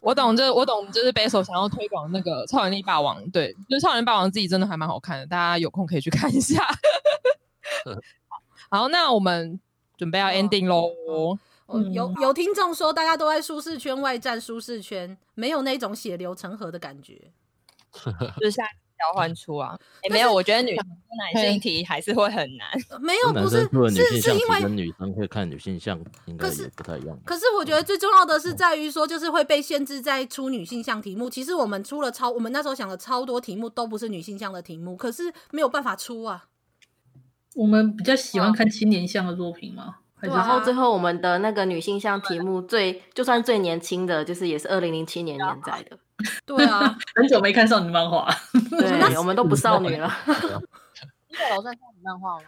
我懂这，我懂，就是 b a s e 想要推广那个《超能力霸王》，对，就是《超能力霸王》自己真的还蛮好看的，大家有空可以去看一下。好，那我们准备要 ending 嗯喽、哦嗯有有听众说，大家都在舒适圈外站舒适圈，没有那种血流成河的感觉。 就是下交换出啊。哎、但没有，是呃我觉得女生跟男性题还是会很难。没男生看女性是相因为题跟女生会看女性相应该也不太一样吧。可是我觉得最重要的是在于说，就是会被限制在出女性向题目。其实我们出了超，我们那时候想了超多题目都不是女性向的题目，可是没有办法出啊。我们比较喜欢看青年向的作品吗？还是啊啊然后最后我们的那个女性向题目最，就算最年轻的，就是也是二零零七年连载的。对啊， 很久没看少女漫画，对，我们都不少女了。一个楼算少女漫画吗？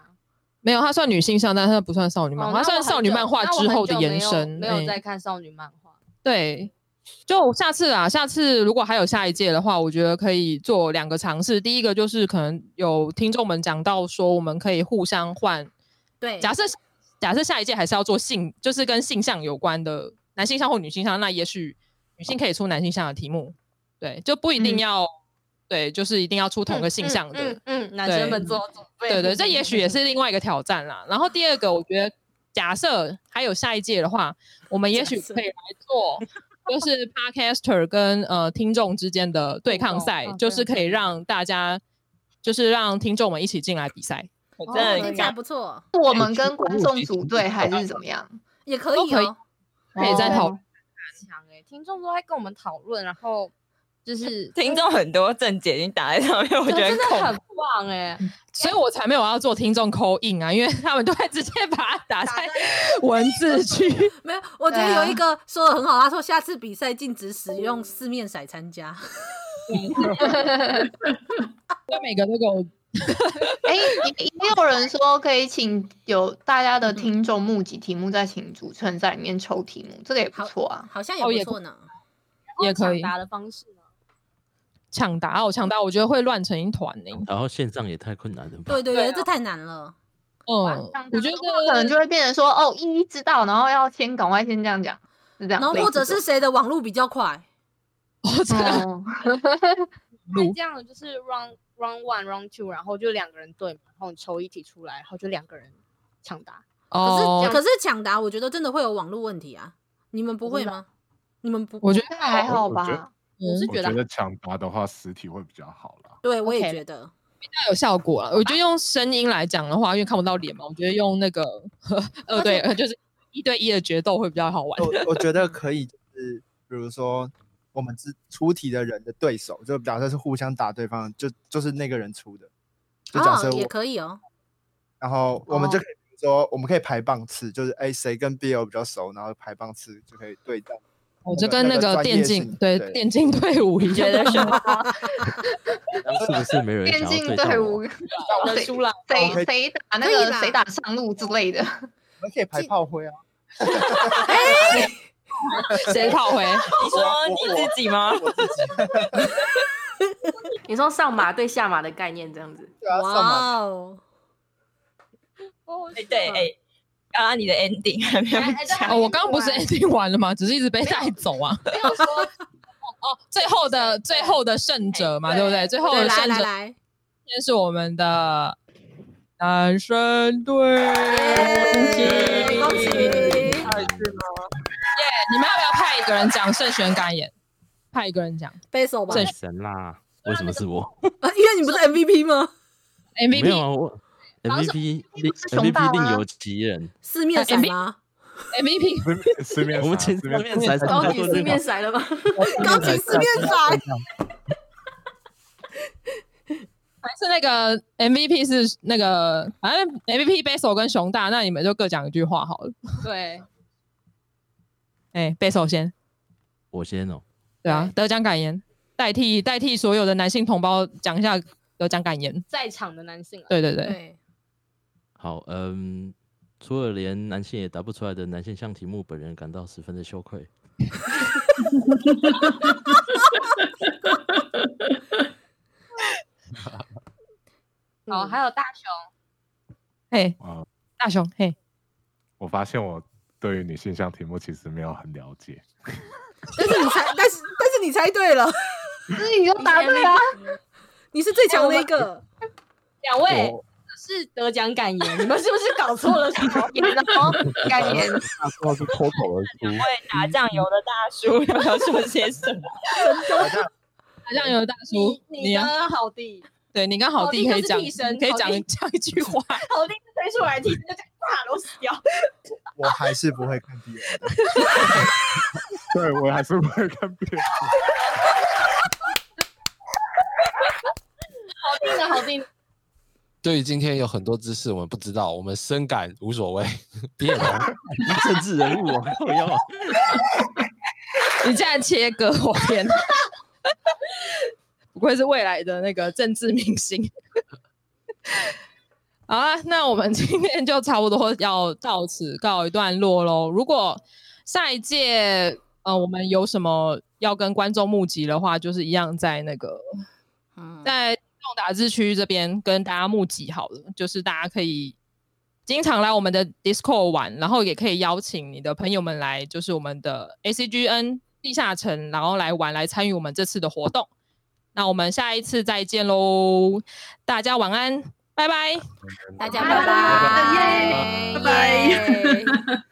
没有，它算女性向，但是它不算少女漫哦画，它那算我少很女久漫画那我之很后的久没延有伸。没有哎在看少女漫画。对，就下次啊，下次如果还有下一届的话，我觉得可以做两个尝试。第一个就是可能有听众们讲到说，我们可以互相换。对，假设假设下一届还是要做性，就是跟性向有关的男性向或女性向，那也许女性可以出男性向的题目，对，就不一定嗯要、对，就是一定要出同个性向的。嗯嗯，嗯男对生们做准备。对对，这也许也是另外一个挑战啦。然后第二个，我觉得假设还有下一届的话，我们也许可以来做，就是 podcaster 跟呃听众之间的对抗赛，就是可以让大家，就是让听众们一起进来比赛，哦真的听起来不错，我们跟观众组队还是怎么 样？也可都以可以哦。可以再讨论。强哎，听众都在跟我们讨论，然后就是 听众很多，正解已经打在上面，我对觉得 很真的恐很怖。棒哎，所以我才没有要做听众 call in 啊，因为 他们都会直接把它打在文字区。没有，我觉对得啊有一个说的很好，他说下次比赛禁止使用四面骰参 加。就每个都给我哎，也也有人说可以请有大家的听众募集题目，再请主持人在里面抽题目，这个也不错啊。好像哦也也不错呢。哦也可以抢答的方式呢？抢答哦，抢答，我觉得会乱成一团呢、然后线上也太困难了吧？对对对对，啊这太难了。嗯，我觉得可能就会变成说，哦，一一知道，然后要先赶快先这样讲，是这样。然后类似或者这是谁的网路比较快？哦，这个种那嗯这样就是 round round one round two，然后就两个人对嘛，然后你抽一题出来，然后就两个人抢答。哦可是，可是抢答，我觉得真的会有网路问题啊。你们不会吗？你们不？我觉得应该还好哦我觉得吧？我是我觉得觉得抢答的话，实体会比较好啦。对，我也 OK 觉得。较有效果了。我觉得用声音来讲的话，因为看不到脸嘛，我觉得用那个二对 二，就是一对一的决斗会比较好玩。我我觉得可以，就是比如说我们之出题的人的对手，就假设是互相打对方，就就是那个人出的，就假设哦，我，也可以哦。然后我们就哦可以比如说我们可以排棒次，就是哎谁跟 BL 比较熟，然后排棒次就可以对战。我哦就跟那那个个专电业竞性对对电竞队伍一觉得样，什么？是不是没有人电想要竞对战队我伍，我们输了。谁谁打那可以个吧谁打上路之类的。我们可以排炮灰啊。 谁跑回？你说你自己吗？你说上马对下马的概念这样子，对啊，上马哇哦！哦哎啊对，哎，刚刚你的 ending 还没有哎哎讲。哦，我刚刚不是 ending 完了吗？只是一直被带走啊。没有说哦，最后的最后的胜者嘛，哎对不对对？最后对，的来胜者来今来，天是我们的男生队，耶恭喜！你们要不要派一个人讲胜选感言？派一个人讲背手吧，正神啦！为什么是我？啊因为你不是 MVP 吗？没有 MVP 啊，我 MVP 另不是熊大 MVP 另吗有其人。四面闪吗？ MVP 四面 我们前四面四面才高上举四面骰了吗？高举四面闪，还是那个 MVP 是那个，反正 MVP 贝手跟熊大，那你们就各讲一句话好了。对，哎，贝手先，我先哦，对啊，得奖感言，代替代替所有的男性同胞讲一下得奖感 言。在场的男性啊，对对对，对，好，嗯，除了连男性也答不出来的男性向题目，本人感到十分的羞愧。 哦，还有大雄，嘿啊，嗯大雄，嘿，我发现我对于女性向题目其实没有很了解。但是你猜，但是但是你猜对 了，是你就答对啊，你是最强的一哎我个。 两位我是得奖感言， 你们是不是搞错了什么？演的哦， 感 言。大叔是脱口而出，会打酱油的大叔 要要说些什么？好像有大叔，你啊，跟好弟，对你跟好弟可以讲，好弟就是替身可以讲好弟讲一句话。 好弟推出来提，那就大螺丝掉。我还是不会看 BL 的。对我还 是不会看别人。好定的，好定的。 对于今天有很多知识我们不知道，我们深感无所谓。 别人政治人物哦，靠腰啊 你竟然切割，我天哪！不愧是未来的那个政治明星。好啊，那我们今天就差不多要到此告一段落喽。如果下一届呃我们有什么要跟观众募集的话，就是一样在那个嗯，在动打字区这边跟大家募集好了，就是大家可以经常来我们的 Discord 玩，然后也可以邀请你的朋友们来，就是我们的 ACGN 地下城，然后来玩来参与我们这次的活动。那我们下一次再见喽，大家晚安，拜拜。大家拜拜。